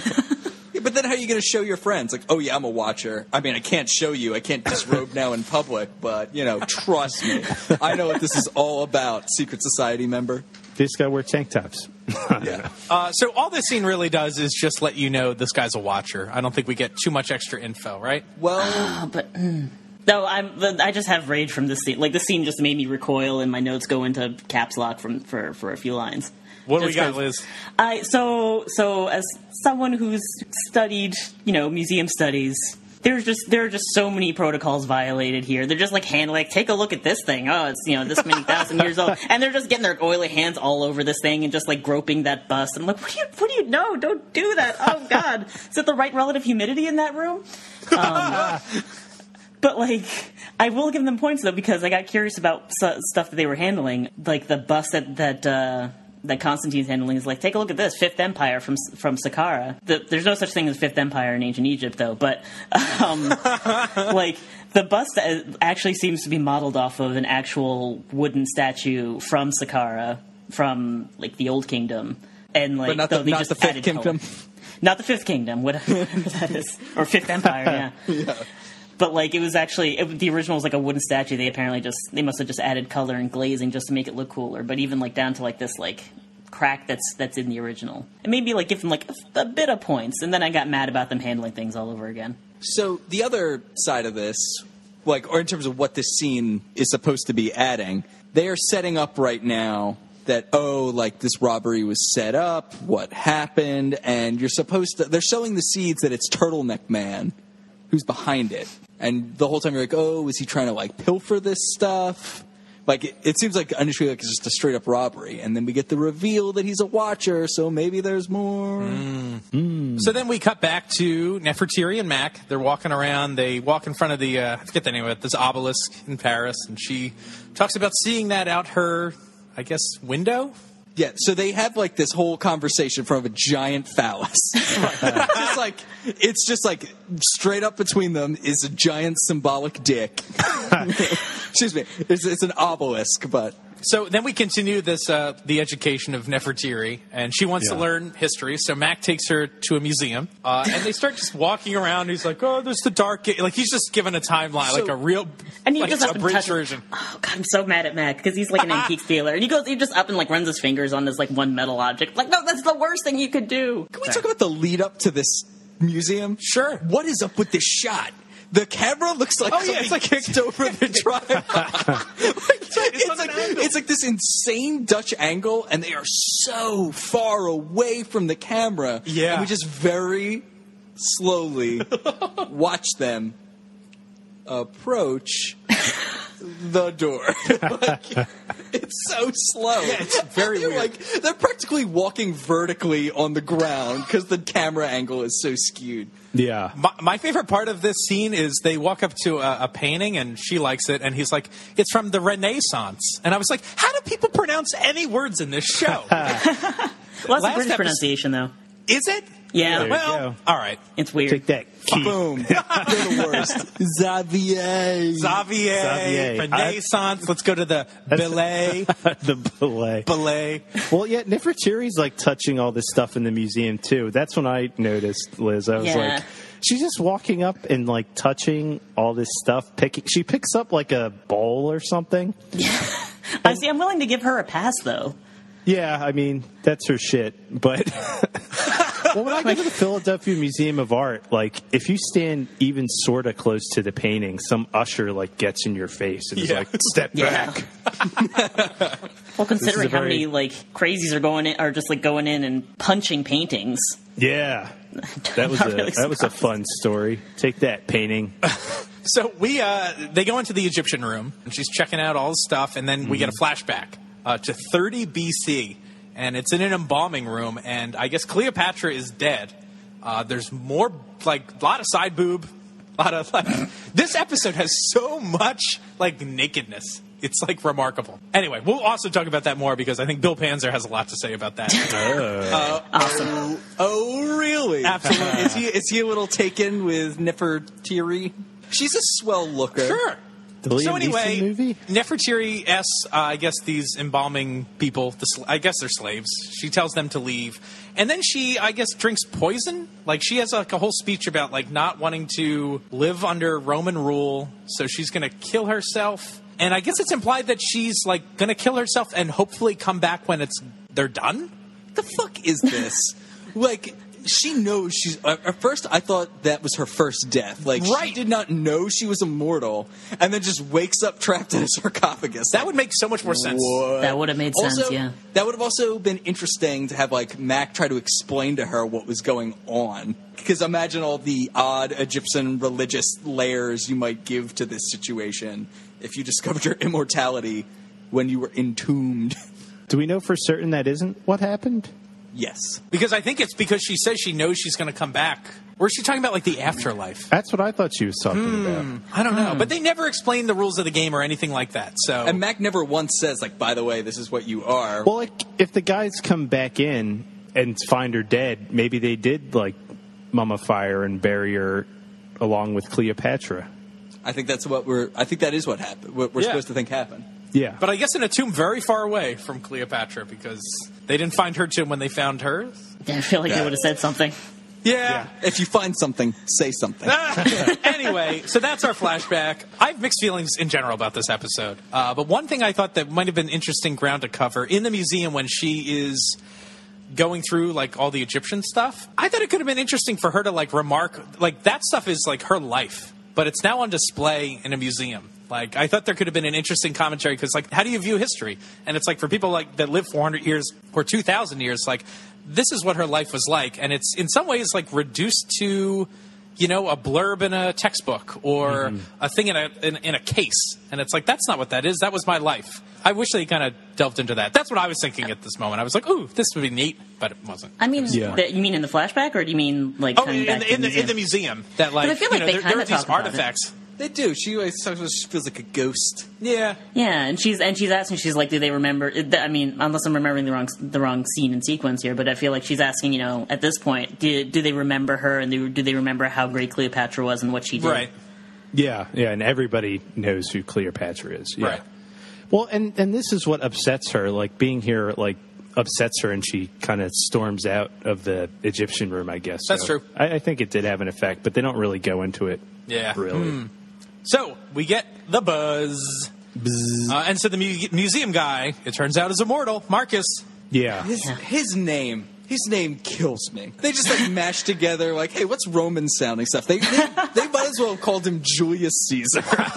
Yeah, but then how are you going to show your friends? Like, oh yeah, I'm a watcher. I mean, I can't show you. I can't disrobe now in public, but you know, trust me. I know what this is all about. Secret society member.
they just gotta wear tank tops.
Yeah.
Uh, so all this scene really does is just let you know this guy's a watcher. I don't think we get too much extra info, right?
Well,
but mm. no, I'm. the- I just have rage from this scene. Like this scene just made me recoil, and my notes go into caps lock from for for a few lines.
What do we
Just
got,
'cause-
Liz?
I so so as someone who's studied you know museum studies. There's just there are just so many protocols violated here. They're just like hand like take a look at this thing. Oh, it's you know this many thousand years old, and they're just getting their oily hands all over this thing and just like groping that bus. I'm like, what do you what do you know? Don't do that. Oh God, is it the right relative humidity in that room? But like, I will give them points though because I got curious about su- stuff that they were handling, like the bus that that. Uh, that Constantine's handling is like, take a look at this Fifth Empire from from Saqqara. The, there's no such thing as Fifth Empire in ancient Egypt, though. But um, like the bust actually seems to be modeled off of an actual wooden statue from Saqqara, from like the Old Kingdom, and like
but not
though
the,
they
not
just
the fifth
added color.
kingdom.
not the Fifth Kingdom, whatever that is, or Fifth Empire, yeah. But like it was actually it, the original was like a wooden statue. They apparently just they must have just added color and glazing just to make it look cooler. But even like down to like this like crack that's that's in the original, and maybe like give them like a, a bit of points. And then I got mad about them handling things all over again.
So the other side of this, like, or in terms of what this scene is supposed to be adding, they are setting up right now that oh, like this robbery was set up, what happened, and you're supposed to. They're sowing the seeds that it's Turtleneck Man who's behind it, and the whole time you're like, oh, is he trying to like pilfer this stuff? Like it, it seems like initially like it's just a straight up robbery, and then we get the reveal that he's a watcher, so maybe there's more.
So then we cut back to Nefertiti and Mac. They're walking around. They walk in front of the uh, I forget the name of it. This obelisk in Paris, and she talks about seeing that out her, I guess, window.
Yeah, so they have like this whole conversation in front of a giant phallus. just like it's just like straight up between them is a giant symbolic dick. Excuse me, it's, it's an obelisk, but
So then we continue this uh, the education of Nefertiti, and she wants to
Yeah.
learn history. So Mac takes her to a museum, uh, and they start just walking around. He's like, "Oh, there's the dark." Age." Like he's just given a timeline, like a real,
And he
like
just
a
up and
bridge
touches-
version.
Oh god, I'm so mad at Mac because he's like an antique dealer, and he goes he just up and like runs his fingers on this like one metal object. Like no, that's the worst thing you could do.
can we talk about the lead up to this museum?
Sure.
What is up with this shot? The camera looks like
Oh, yeah,
somebody
it's like-
kicked over the tripod. it's, like, it's, like, this insane Dutch angle, and they are so far away from the camera.
Yeah.
and we just very slowly watch them approach the door. Like, it's so slow. Yeah, it's very
weird.
Like they're practically walking vertically on the ground because the camera angle is so skewed.
Yeah.
My, my favorite part of this scene is they walk up to a, a painting and she likes it, and he's like, "It's from the Renaissance." And I was like, "How do people pronounce any words in this show?
Well,
Last
that's a British
episode-
pronunciation though.
is it?
Yeah,
There you
well,
go.
all right,
it's weird.
Take that. Keith.
Boom. They're the worst. Xavier.
Xavier,
Xavier.
Renaissance. Let's go to the ballet,
the belay.
ballet."
Well, yeah, Nefertiti's like touching all this stuff in the museum too. That's when I noticed, Liz. I was
Yeah.
like, she's just walking up and like touching all this stuff. Picking, she picks up like a bowl or something.
I see. I'm willing to give her a pass though.
Yeah, I mean that's her shit. But well, when I go to the Philadelphia Museum of Art, like if you stand even sort of close to the painting, some usher like gets in your face and is
Yeah.
like, "Step
Yeah.
back."
Well, considering
a
how many like crazies are going in, are just like going in and punching paintings.
Yeah, that was a
Not really
that was a fun story. Take that painting.
So we uh, they go into the Egyptian room and she's checking out all the stuff, and then we get a flashback uh, to 30 BC, and it's in an embalming room, and I guess Cleopatra is dead. Uh, there's more like a lot of side boob, a lot of like this episode has so much like nakedness. It's like remarkable. Anyway, we'll also talk about that more because I think Bill Panzer has a lot to say about that.
Oh, really?
Absolutely.
is he is he a little taken with Nefertiri? She's a swell looker.
Sure.
The Liam
so anyway,
Neeson movie?
Nefertiti asks, uh, I guess these embalming people, the sl- I guess they're slaves. She tells them to leave, and then she, I guess, drinks poison. Like she has like a whole speech about like not wanting to live under Roman rule, so she's going to kill herself. And I guess it's implied that she's like going to kill herself and hopefully come back when it's they're done.
the fuck is this? like, she knows she's. At at first, I thought that was her first death. Like, she
Right.
did not know she was immortal, and then just wakes up trapped in a sarcophagus.
That would make so much more sense.
That would have made
also,
sense. Yeah.
That would have also been interesting to have like Mac try to explain to her what was going on. Because imagine all the odd Egyptian religious layers you might give to this situation if you discovered your immortality when you were entombed.
Do we know for certain that isn't what happened?
Yes.
Because I think it's because she says she knows she's going to come back. Or is she talking about like the afterlife?
That's what I thought she was talking
Hmm.
about.
I don't know. But they never explain the rules of the game or anything like that. So
And Mac never once says, like, by the way, this is what you are.
Well, like if the guys come back in and find her dead, maybe they did like mummify her and bury her along with Cleopatra.
I think that's what we're. I think that is what happened. What we're
Yeah.
supposed to think happened.
Yeah,
but I guess in a tomb very far away from Cleopatra because they didn't find her tomb when they found hers.
I feel like they
Yeah.
would have said something.
Yeah.
If you find something, say something.
Ah! anyway, so that's our flashback. I have mixed feelings in general about this episode, uh, but one thing I thought that might have been interesting ground to cover in the museum when she is going through like all the Egyptian stuff, I thought it could have been interesting for her to like remark like that stuff is like her life, but it's now on display in a museum. Like I thought there could have been an interesting commentary because like how do you view history? And it's like for people like that live 400 years or 2,000 years, like this is what her life was like, and it's in some ways like reduced to you know, a blurb in a textbook or a thing in a in, in a case, and it's like that's not what that is. That was my life. I wish they kind of delved into that. That's what I was thinking at this moment. I was like, ooh, this would be neat, but it wasn't.
I mean,
Yeah.
that- you mean in the flashback, or do you mean like
Oh,
coming
in,
back
the-
to
in, the, in the museum, that like,
I feel
you
like
know,
they
there, there
kinda
are these
talk about it.
artifacts.
they do. She always talks about she feels like a ghost.
Yeah,
Yeah, and she's and she's asking. She's like, "Do they remember?" it- I mean, unless I'm remembering the wrong the wrong scene and sequence here, but I feel like she's asking. You know, at this point, do, do they remember her, and do, do they remember how great Cleopatra was and what she did?
right.
yeah, yeah. And everybody knows who Cleopatra is. Yeah.
Right.
Well, and and this is what upsets her. Like being here, like upsets her, and she kind of storms out of the Egyptian room. I guess
That's
So
true.
I, I think it did have an effect, but they don't really go into it.
Yeah.
really.
So we get the buzz, Uh, and so the mu- museum guy, it turns out, is immortal, Marcus.
Yeah,
His his name. His name kills me. They just like mash together like, hey, what's Roman sounding stuff? They they, they might as well have called him Julius Caesar,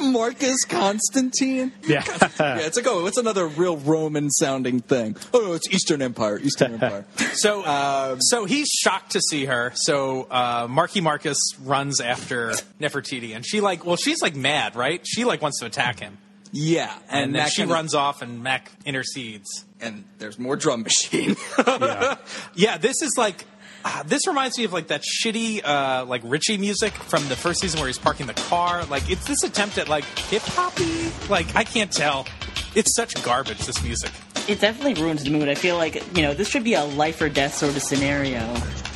Marcus Constantine.
yeah.
Yeah, it's like oh, what's another real Roman sounding thing? Oh, no, it's Eastern Empire. Eastern Empire.
So,
Um,
so he's shocked to see her. So uh, Marky Marcus runs after Nefertiti, and she like, well, she's like mad, right? She like wants to attack him,
Yeah,
and, then
that
she
kinda-
runs off, and Mac intercedes.
and there's more drum machine.
Yeah, this is like. ah, this reminds me of like that shitty uh, like Richie music from the first season where he's parking the car. Like it's this attempt at like hip hoppy. Like I can't tell. It's such garbage. This music.
It definitely ruins the mood. I feel like you know this should be a life or death sort of scenario,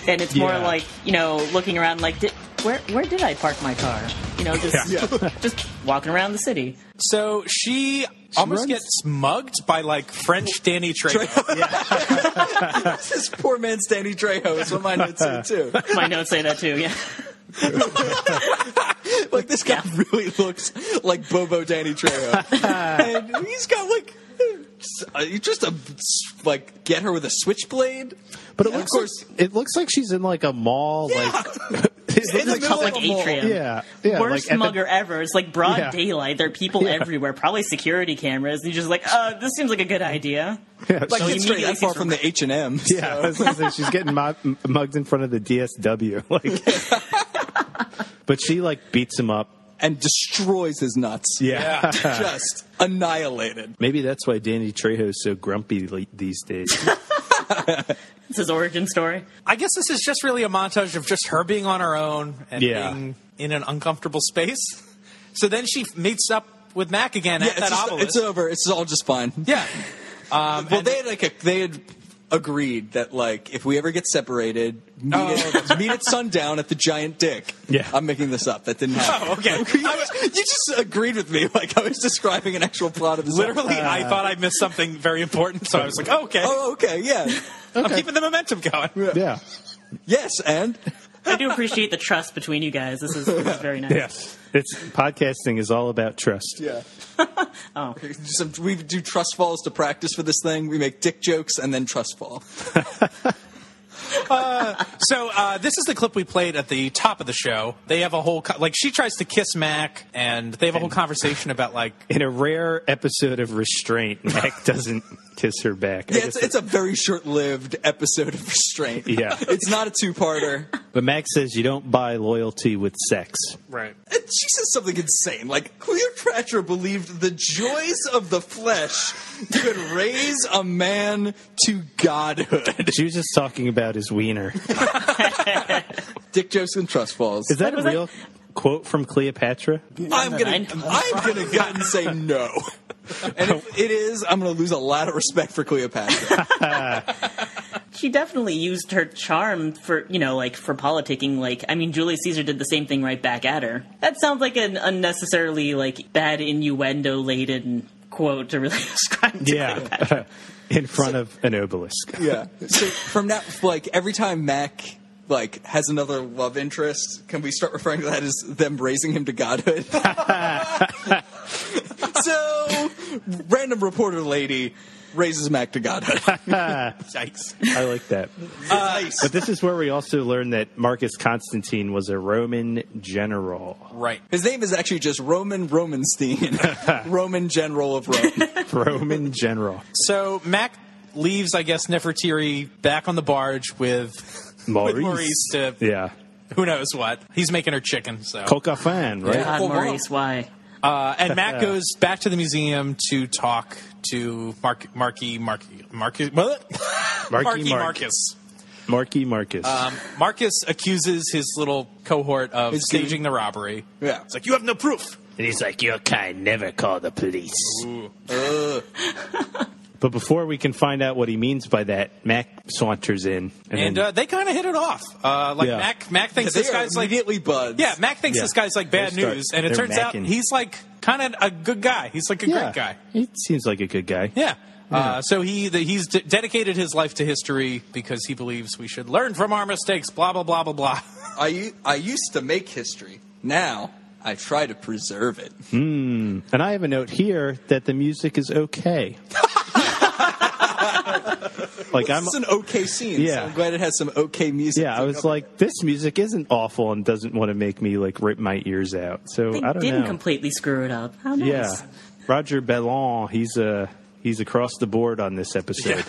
and it's more
Yeah.
like you know looking around like, did, where where did I park my car? You know, just just walking around the city.
So she, almost
runs-
gets mugged by like French Danny Trejo.
this poor man's Danny Trejo is what mine notes say too.
My notes say that too. Yeah.
Like this guy really looks like Bobo Danny Trejo, and he's got like just, uh, you just a like get her with a switchblade.
But it
Yeah, of
looks like-
course.
it looks like she's in like a mall. Like it
In the
looks
middle
like-
public
of a mall.
atrium.
yeah, yeah.
Worst
like, at the-
mugger ever. It's like broad
Yeah.
daylight. There are people everywhere. Probably security cameras. And you're just like, uh, this seems like a good idea.
yeah,
Like
she's-
it's straight
immediately
that far
sees
from the H and M.
yeah, I was gonna say, she's getting mu- mugged in front of the DSW. Like, but she like beats him up.
and destroys his nuts.
Yeah.
just annihilated.
Maybe that's why Danny Trejo's so grumpy le- these days.
It's his origin story.
I guess this is just really a montage of just her being on her own and
Yeah.
being in an uncomfortable space. So then she meets up with Mac again
Yeah,
at
it's,
that
just-
obelisk.
it's over. It's all just fine.
yeah. Um,
Well,
and-
they had like a, they had agreed that like if we ever get separated, meet, at, meet at sundown at the giant dick.
Yeah.
I'm making this up. That didn't happen.
Oh, okay.
You just- you just agreed with me like I was describing an actual plot of this.
literally, I thought I missed something very important, so I was like, oh, okay.
Oh, okay, yeah,
I'm keeping the momentum going.
yeah.
yes, and
I do appreciate the trust between you guys. This is, this is very nice.
Yes. It's podcasting is all about trust.
yeah.
Oh.
Some, we do trust falls to practice for this thing. We make dick jokes and then trust fall.
so uh, this is the clip we played at the top of the show. They have a whole co- like she tries to kiss Mac, and they have a whole conversation about like
In a rare episode of restraint, Mac doesn't kiss her back. I
Yeah,
guess
it's, it's a very short-lived episode of restraint.
Yeah.
it's not a two-parter.
But Max says you don't buy loyalty with sex.
right.
And she says something insane, like Cleopatra believed the joys of the flesh could raise a man to godhood.
She was just talking about his wiener.
Dick jokes and trust falls.
Is that a real quote from Cleopatra?
I'm
that
gonna,
I
I'm,
know
gonna gut and say no. And if it is, I'm gonna lose a lot of respect for Cleopatra.
she definitely used her charm for you know like for politicking like i mean julius caesar did the same thing right back at her that sounds like an unnecessarily like bad innuendo laden quote to really describe to Cleopatra.
Yeah. In front of an obelisk.
yeah. So from now, like every time Mac like has another love interest, can we start referring to that as them raising him to godhood? so, random reporter lady raises Mac to godhood. Uh,
I like that. But this is where we also learn that Marcus Constantine was a Roman general.
Right.
His name is actually just Roman Romanstein, Roman general of Rome.
Roman general.
So Mac leaves, I guess, Nefertiti back on the barge with
Maurice.
with Maurice to
Yeah.
who knows what. He's making her chicken. So
Coca fan, right?
God,
Full
Maurice, why?
uh, and Mac goes back to the museum to talk to Mark Marky Marky Marcus
Marky
Marky
Mark.
Marcus.
Marky Marcus.
Um, Marcus accuses his little cohort of
His goon.
staging the robbery.
Yeah.
It's like you have no proof.
and he's like, Your kind never call the police. but before we can find out what he means by that, Mac saunters in. And,
And
then-
uh, they kind of hit it off. Uh, like
Yeah.
Mac, Mac thinks
They
this
are
guy's like
immediately buds.
yeah. Mac thinks
Yeah.
this guy's like bad
They start-
news, and it
they're
turns out
macking.
he's like kind of a good guy. He's like a
yeah,
great guy.
He seems like a good guy.
Yeah. Uh, so he the, he's d- dedicated his life to history because he believes we should learn from our mistakes. Blah blah blah blah blah.
I, u- I used to make history. Now I try to preserve it.
And I have a note here that the music is okay. like I'm
It's an okay scene.
Yeah.
so I'm glad it has some okay music.
yeah, I was like this music isn't awful and doesn't want to make me like rip my ears out. So
They
I don't
didn't
know.
completely screw it up. How nice.
yeah. Roger Bellon, he's uh he's across the board on this episode.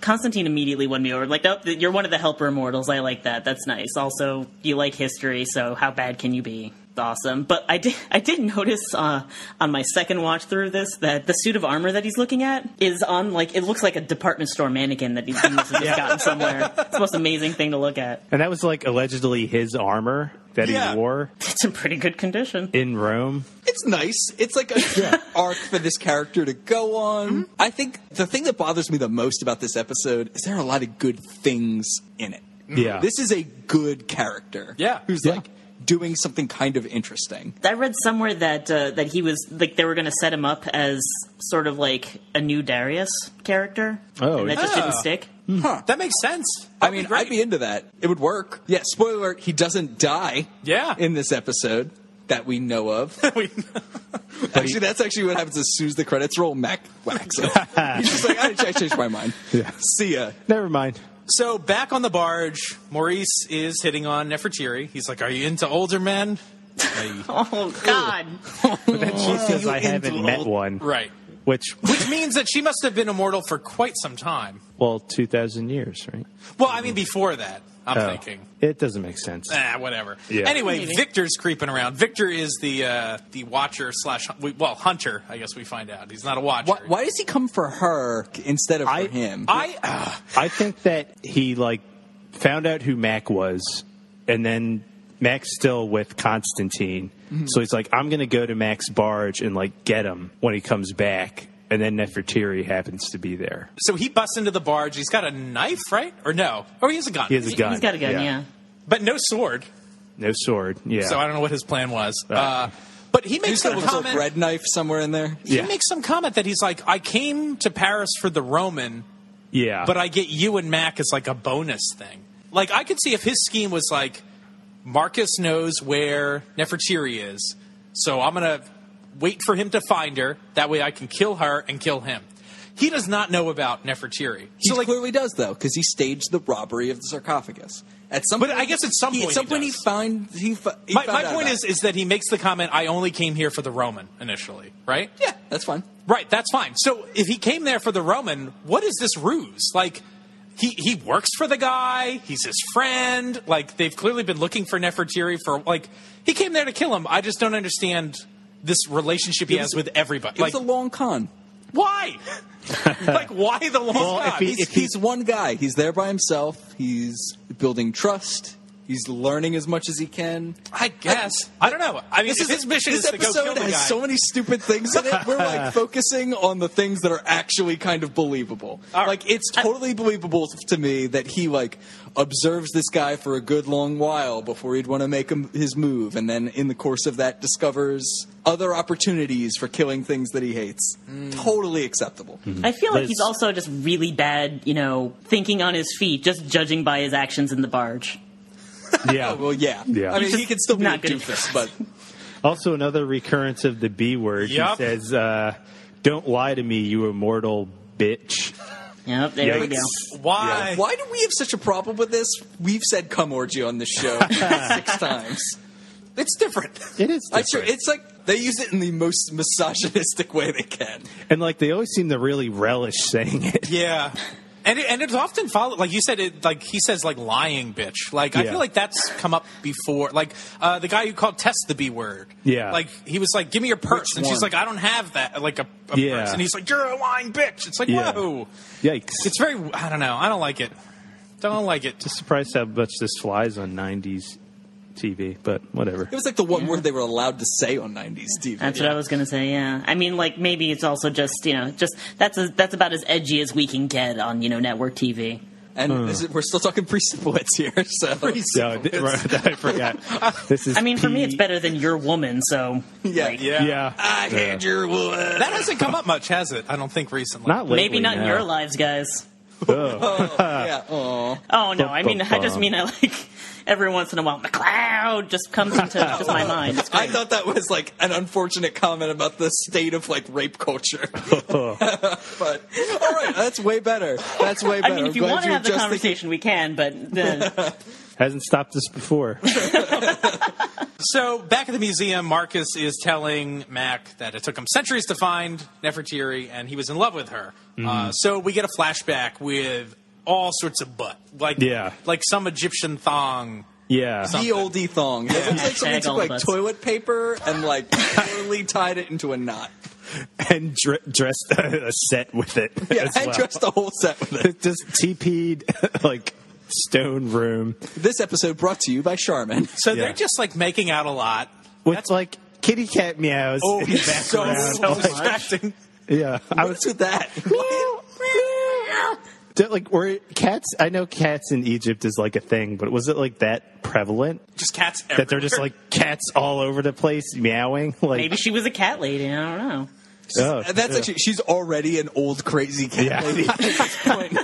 Constantine immediately won me over. Like, nope, you're one of the helper immortals. I like that. That's nice. Also, you like history, so how bad can you be? Awesome. But I did, I did notice uh, on my second watch through this that the suit of armor that he's looking at is on like it looks like a department store mannequin that he's he must have just gotten somewhere. It's the most amazing thing to look at.
And that was like allegedly his armor that
Yeah.
he wore
It's in pretty good condition.
in Rome.
It's nice. It's like a arc for this character to go on.
Mm-hmm.
I think the thing that bothers me the most about this episode is there are a lot of good things in it.
Yeah.
This is a good character.
Yeah.
Who's
Yeah.
like doing something kind of interesting.
I read somewhere that uh, that he was like they were going to set him up as sort of like a new Darius character,
Oh,
and that just
yeah.
didn't stick.
that makes sense.
I mean, I'd be into that. It would work. Yeah, spoiler alert, he doesn't die
Yeah.
in this episode that we know of.
We-
actually, that's actually what happens as soon as the credits roll. Mac whacks him. He's just like, I, I changed my mind.
Yeah.
See ya.
Never mind.
so back on the barge, Maurice is hitting on Nefertiri. He's like, "Are you into older men?"
Oh God.
But then she
Oh,
says I haven't met one.
Right.
Which
Which means that she must have been immortal for quite some time.
well, two thousand years, right?
Well, I mean, before that, I'm
Oh.
thinking.
It doesn't make sense.
Ah, whatever.
Yeah.
Anyway,
Maybe.
Victor's creeping around. Victor is the uh, the watcher slash well hunter. I guess we find out he's not a watcher.
Why, why does he come for her instead of
I-
for him?
I uh,
I think that he like found out who Mac was, and then Mac's still with Constantine. So he's like, I'm gonna go to Mac's barge and like get him when he comes back. And then Nefertiri happens to be there.
so he busts into the barge. He's got a knife, right? Or no? Or he has a gun.
He has a gun.
He's got a gun, yeah.
but no sword.
No sword. Yeah.
So I don't know what his plan was.
Right.
Uh, but he makes
He's
some
got a
comment.
bread knife somewhere in there.
he
Yeah.
makes some comment that he's like, I came to Paris for the Roman,
yeah.
but I get you and Mac as like a bonus thing. Like I could see if his scheme was like Marcus knows where Nefertiri is, so I'm gonna wait for him to find her. That way I can kill her and kill him. He does not know about Nefertiri.
He
So like,
clearly does though, because he staged the robbery of the sarcophagus. At some,
But
point,
I guess at some
he,
point
at some
he
point,
does.
he found he. fi- he
my,
found
my
out
point
about
is
it.
is that he makes the comment, "I only came here for the Roman initially," right?
yeah, that's fine.
Right, that's fine. So if he came there for the Roman, what is this ruse? Like, he, he works for the guy, he's his friend. Like, they've clearly been looking for Nefertiri for, like, he came there to kill him. I just don't understand this relationship he
was-
has with everybody.
It
Like,
was a long con.
why? like, why the long
Well, if
time?
he-
He's, he's one guy. He's there by himself. He's building trust. He's learning as much as he can.
I guess. I, don't know. I mean, if
This is-
his mission
this
is to go
episode
kill the
has
guy.
so many stupid things in it. We're like focusing on the things that are actually kind of believable.
All right.
Like it's totally believable to me that he like observes this guy for a good long while before he'd want to make him his move, and then in the course of that discovers other opportunities for killing things that he hates.
Mm.
Totally acceptable.
Mm-hmm.
I feel like
Liz.
he's also just really bad, you know, thinking on his feet, just judging by his actions in the barge.
yeah.
Well, yeah.
Yeah.
I mean,
He's
he could still be
not
a
good at
doofus, but
Also, another recurrence of the B word.
Yup.
He says, uh, "Don't lie to me, you immortal bitch."
Yep, there we go.
why?
why do we have such a problem with this? We've said cum orgy on this show six times. It's different.
It is
I sure
different.
it's like they use it in the most misogynistic way they can.
And like they always seem to really relish saying it.
Yeah. And it, and it's often followed, like you said, it like he says, like lying bitch. Like I
Yeah.
feel like that's come up before. Like uh, the guy who called Tess the B word.
Yeah.
Like he was like, "Give me your purse,"
Which
and she's
one?
like, "I don't have that." Like a, a
Yeah.
purse, and he's like, "You're a lying bitch." It's like,
Yeah.
whoa.
Yikes!
It's very. I don't know. I don't like it. Don't like it.
Just surprised how much this flies on '90s TV, but whatever.
It was like the one word they were allowed to say on '90s TV.
That's what I was gonna say. Yeah, I mean, like maybe it's also just you know, just that's a, that's about as edgy as we can get on you know network TV.
and this is, we're still talking pre-siblets here. So
No, th- right, I forgot. This is.
I mean, for me, it's
P-
better than your woman. So
Yeah.
like,
Yeah.
Yeah,
I had your wood.
That hasn't come up much, has it? I don't think recently.
not lately.
maybe not in
no.
your lives, guys.
Ugh.
yeah. Oh,
Oh no, I mean, I just
Bum-bum-bum.
mean I like every once in a while, McLeod just comes into just my mind. It's
I
great.
thought that was like an unfortunate comment about the state of like rape culture.
Oh,
but all right, that's way better. That's way
I
better.
mean, if
I'm
you
glad
want to have the
addressed
conversation, we can, but the,
Hasn't stopped us before.
So back at the museum, Marcus is telling Mac that it took him centuries to find Nefertiri, and he was in love with her. Uh, so we get a flashback with all sorts of butt, like
Yeah.
like some Egyptian thong.
Yeah,
The oldie thong. It looks like someone
Hashtag
took
all of
like
us.
toilet paper and like totally tied it into a knot.
and dre- dressed uh, a set with it.
Yeah,
as
and
well.
dressed the whole set with it.
just TP'd like stone room
This episode brought to you by Charmin.
So
Yeah.
they're just like making out a lot.
with like kitty cat meows.
Oh,
in the
it's so,
background.
so
Like,
distracting.
yeah, I was
What's with that?
Don't- like were cats. I know cats in Egypt is like a thing, but was it like that prevalent
Just cats. Everywhere.
that they're just like cats all over the place meowing? Like
maybe she was a cat lady. I don't know.
oh,
Uh, That's
yeah.
actually she's already an old crazy cat
Yeah.
lady at this point.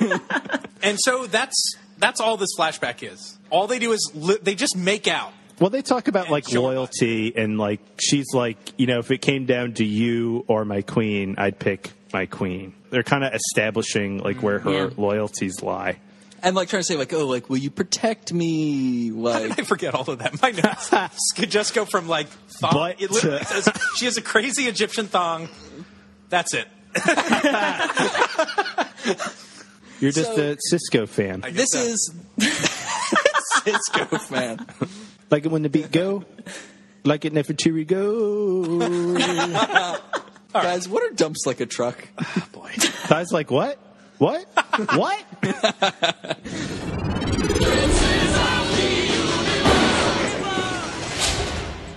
and so that's that's all this flashback is. All they do is li- they just make out.
Well, they talk about like
sure.
loyalty and like she's like, you know, if it came down to you or my queen, I'd pick my queen. They're kind of establishing like where her
Yeah.
loyalties lie.
and like trying to say like, oh, like will you protect me? Like
I forget all of that. My notes could just go from like thong.
But
it literally
to-
says she has a crazy Egyptian thong. That's it.
You're just
So-
a Cisco fan.
this is Cisco man.
Like it when the beat go, like it Nefertiri go.
Guys, what are dumps like a truck?
I was like, what? What? What?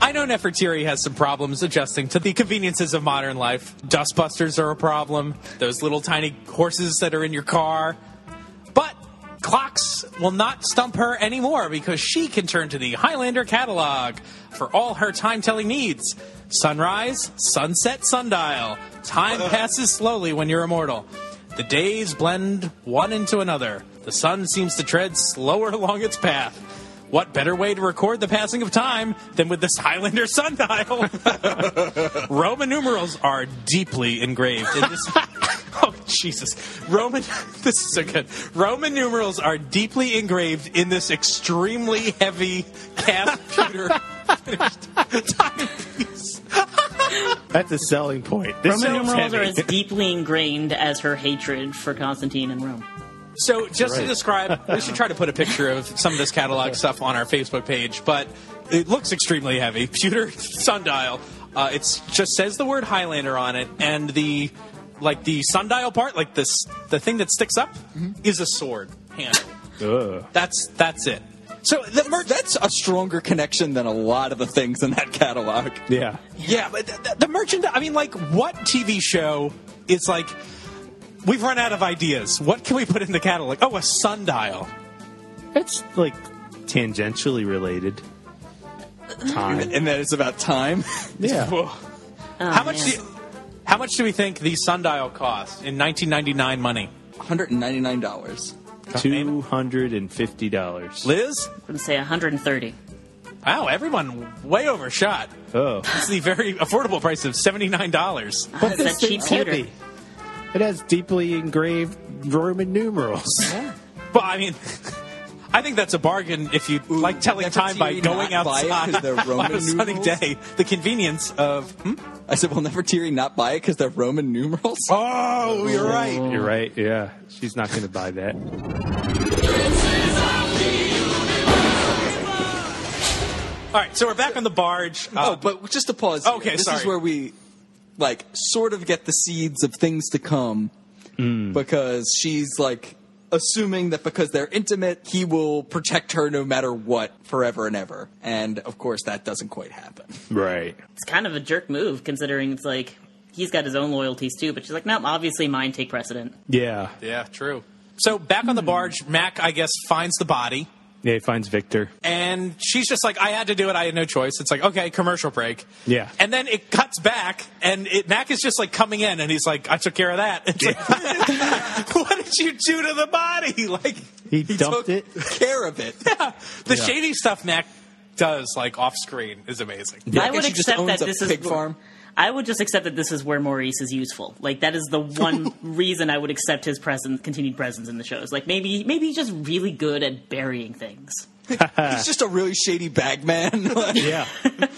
I know Nefertiri has some problems adjusting to the conveniences of modern life. Dustbusters are a problem, those little tiny horses that are in your car. But clocks will not stump her anymore because she can turn to the Highlander catalog for all her time telling needs. Sunrise, sunset, sundial. Time passes slowly when you're immortal. The days blend one into another. The sun seems to tread slower along its path. What better way to record the passing of time than with this Highlander sundial? Roman numerals are deeply engraved in this. oh,
Jesus. Roman, this is so good. Roman numerals are deeply engraved in this extremely heavy cast pewter finished timepiece.
That's a selling point. This
Roman
sounds
numerals are
heavy.
as deeply ingrained as her hatred for Constantine and Rome.
So
just to describe, we should try to put a picture of some of this catalog stuff on our Facebook page, but it looks extremely heavy. Pewter sundial. Uh, it just says the word Highlander on it, and the like the sundial part, like this the thing that sticks up, is a sword handle.
Ugh.
That's that's it. So the merch,
That's a stronger connection than a lot of the things in that catalog.
Yeah.
yeah, but the, the merchandise. I mean, like, what TV show is like? We've run out of ideas. What can we put in the catalog? Oh, a sundial.
That's like tangentially related. Time.
And that it's about time.
Yeah.
Whoa. how much?
Oh, man.
Do you- how much do we think the sundial cost in 1999 money?
$199.
Two hundred and fifty dollars.
Liz?
I'm gonna say 130.
Wow, everyone way overshot.
Oh.
It's the very affordable price of $79.
Ah, it's that cheap pewter.
It has deeply engraved Roman numerals.
Well, I mean, I think that's a bargain if you like telling
never
time
do
by
you
going
not buy it
outside
'cause they're
on a
Roman
sunny
numerals?
day. The convenience of. Hmm?
I said, well, Nefertiti not buy it because they're Roman numerals.
Oh, you're right.
You're right. Yeah, she's not going to buy that.
All right, so we're back on the barge.
Oh,
Uh,
but just to pause.
Okay,
here. this
sorry.
is where we like sort of get the seeds of things to come
Mm.
because she's like assuming that because they're intimate, he will protect her no matter what forever and ever. And of course, that doesn't quite happen.
Right.
It's kind of a jerk move considering it's like he's got his own loyalties too. But she's like, no, obviously mine take precedent.
Yeah.
yeah, true. So back on the barge, Mac, I guess, finds the body.
Yeah, he finds Victor.
and she's just like, I had to do it. I had no choice. It's like, okay, commercial break.
Yeah.
And then it cuts back, and it, Mac is just like coming in, and he's like, I took care of that. It's like, what did you do to the body? Like,
He, dumped it.
Care of it.
the shady stuff Mac does, like off screen, is amazing.
I would
she just
accept that
owns a
this is
pig farm.
I would just accept that this is where Maurice is useful. Like that is the one reason I would accept his presence, continued presence in the shows. Like maybe maybe he's just really good at burying things.
He's just a really shady bag man. Like,
Yeah.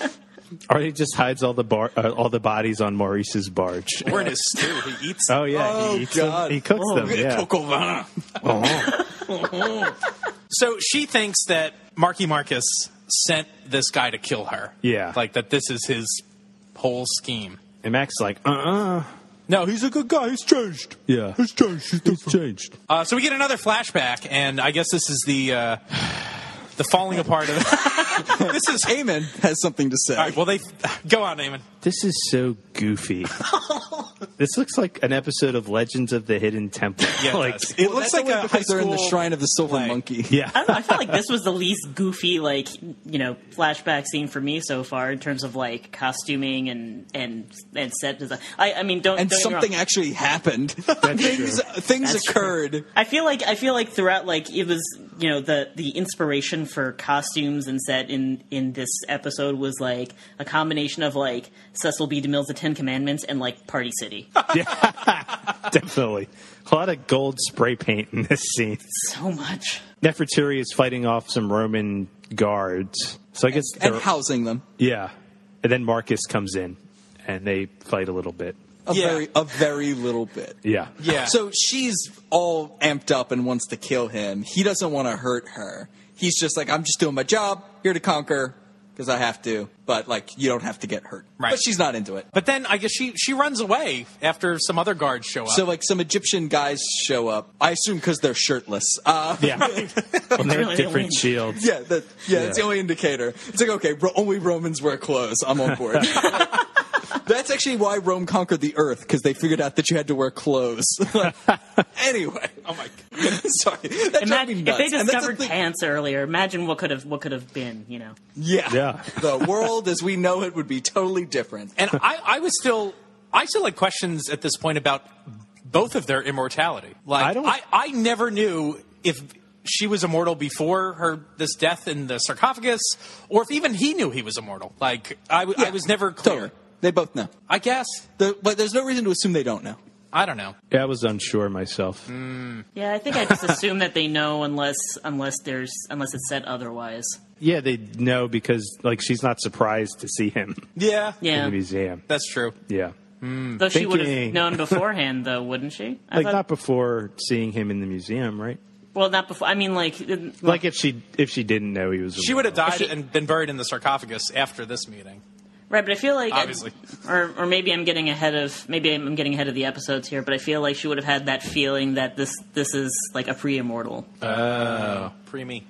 or he just hides all the bar, uh, all the bodies on Maurice's barge.
Or in his stew, he eats.
Oh yeah.
Oh,
he eats them.
God.
He cooks them. Yeah.
Coco Vana.
So she thinks that Marky Marcus sent this guy to kill her.
Yeah.
Like, that this is his whole scheme.
And Mac's like, uh, uh
No, he's a good guy. He's changed.
yeah. It's changed. It's changed.
Uh, so we get another flashback, and I guess this is the uh, the falling apart of. this is all
Amen has something to say.
right. Well, they go on, Eamon.
This is so goofy. this looks like an episode of Legends of the Hidden Temple.
Yeah, it,
like,
does. It
Well,
looks
that's
like
only
a high
because they're in the
school-
shrine of the silver
play.
monkey.
yeah.
I don't know. I felt like this was the least goofy, like you know, flashback scene for me so far in terms of like costuming and and and set design. I, I mean, don't
And
don't get me wrong.
something actually happened. things uh, things
That's
occurred.
I feel like I feel like throughout, like it was you know the the inspiration for costumes and set in in this episode was like a combination of like Cecil B. DeMille's The Ten Commandments and like Party City.
Definitely. A lot of gold spray paint in this scene.
so much.
Nefertiti is fighting off some Roman guards. So I guess
And
they're-
housing them.
yeah. And then Marcus comes in and they fight a little bit.
A
Yeah.
very a very little bit.
Yeah.
Yeah.
So she's all amped up and wants to kill him. He doesn't want to hurt her. He's just like, I'm just doing my job, here to conquer, because I have to. But like, you don't have to get hurt.
Right.
But she's not into it.
But then I guess she she runs away after some other guards show up.
So like, some Egyptian guys show up. I assume because they're shirtless. Uh,
Yeah. and they're
Really, they win.
different shields.
yeah, that, yeah, It's the only indicator. It's like, okay, ro- only Romans wear clothes. I'm on board. That's actually why Rome conquered the earth because they figured out that you had to wear clothes. Like, anyway, oh my god, sorry. That drove me
Imagine, if
nuts.
they
And that's the
discovered
thing-
pants earlier, imagine what could have what could have been. You know,
Yeah.
Yeah.
the world as we know it would be totally different.
and I I was still I still had questions at this point about both of their immortality. Like I
I don't-
I, never knew if she was immortal before her this death in the sarcophagus, or if even he knew he was immortal. Like I, w- I was never clear.
Totally. They both know.
I guess
The, but there's no reason to assume they don't know.
I don't know.
Yeah, I was unsure myself.
Mm. Yeah, I think I just assume that they know unless unless there's unless it's said otherwise.
Yeah, they know because like she's not surprised to see him
Yeah,
in the
Yeah,
museum.
that's true.
Yeah,
though she would have
thinking.
known beforehand, though, wouldn't she? I
like
thought-
not before seeing him in the museum, right?
well, not before. I mean, like in-
Like if she if she didn't know he was,
She would have died and been buried in the sarcophagus after this meeting.
right, but I feel like
Obviously.
or or maybe I'm getting ahead of maybe I'm getting ahead of the episodes here, but I feel like she would have had that feeling that this this is like a pre-immortal.
Pre me.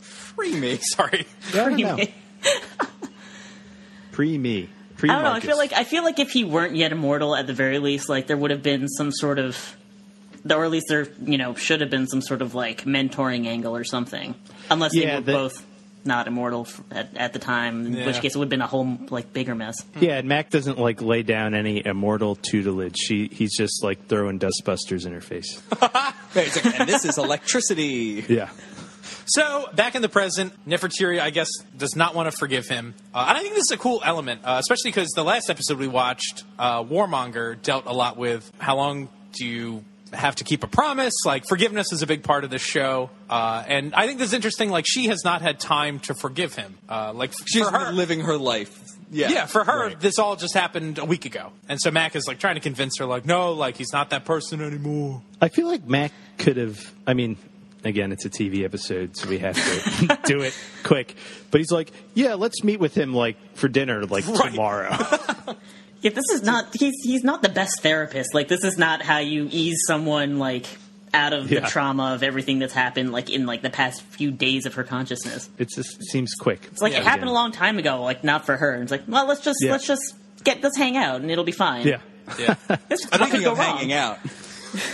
Free me.
Sorry.
died. Pre me. Pre
I don't know. I feel like I feel like if he weren't yet immortal, at the very least, like there would have been some sort of, or at least there, you know, should have been some sort of like mentoring angle or something. Unless they
Yeah,
were
the-
both not immortal f- at, at the time, in which
Yeah.
case it would have been a whole like bigger mess.
yeah, and Mac doesn't like lay down any immortal tutelage. She he's just like throwing dustbusters in her face.
It's like, and this is electricity.
yeah.
So back in the present, Nefertiti, I guess, does not want to forgive him. Uh, and I think this is a cool element, uh, especially because the last episode we watched, uh, Warmonger dealt a lot with how long do you have to keep a promise? Like forgiveness is a big part of this show, uh, and I think this is interesting. Like she has not had time to forgive him. Uh, like
She's
for her,
living her life. Yeah.
yeah, for her, this all just happened a week ago, and so Mac is like trying to convince her, like, no, like he's not that person anymore.
I feel like Mac could have. I mean, again, it's a TV episode, so we have to do it quick. But he's like, "Yeah, let's meet with him like for dinner, like tomorrow."
Yeah, this is not. He's he's not the best therapist. Like this is not how you ease someone like out of
Yeah.
the trauma of everything that's happened like in like the past few days of her consciousness.
it just seems quick.
It's like it happened a long time ago. Like not for her. It's like well, let's just
Yeah.
let's just get let's hang out and it'll be fine.
Yeah,
Yeah.
This
I
what
think
could
Speaking
go
of
wrong.
hanging out.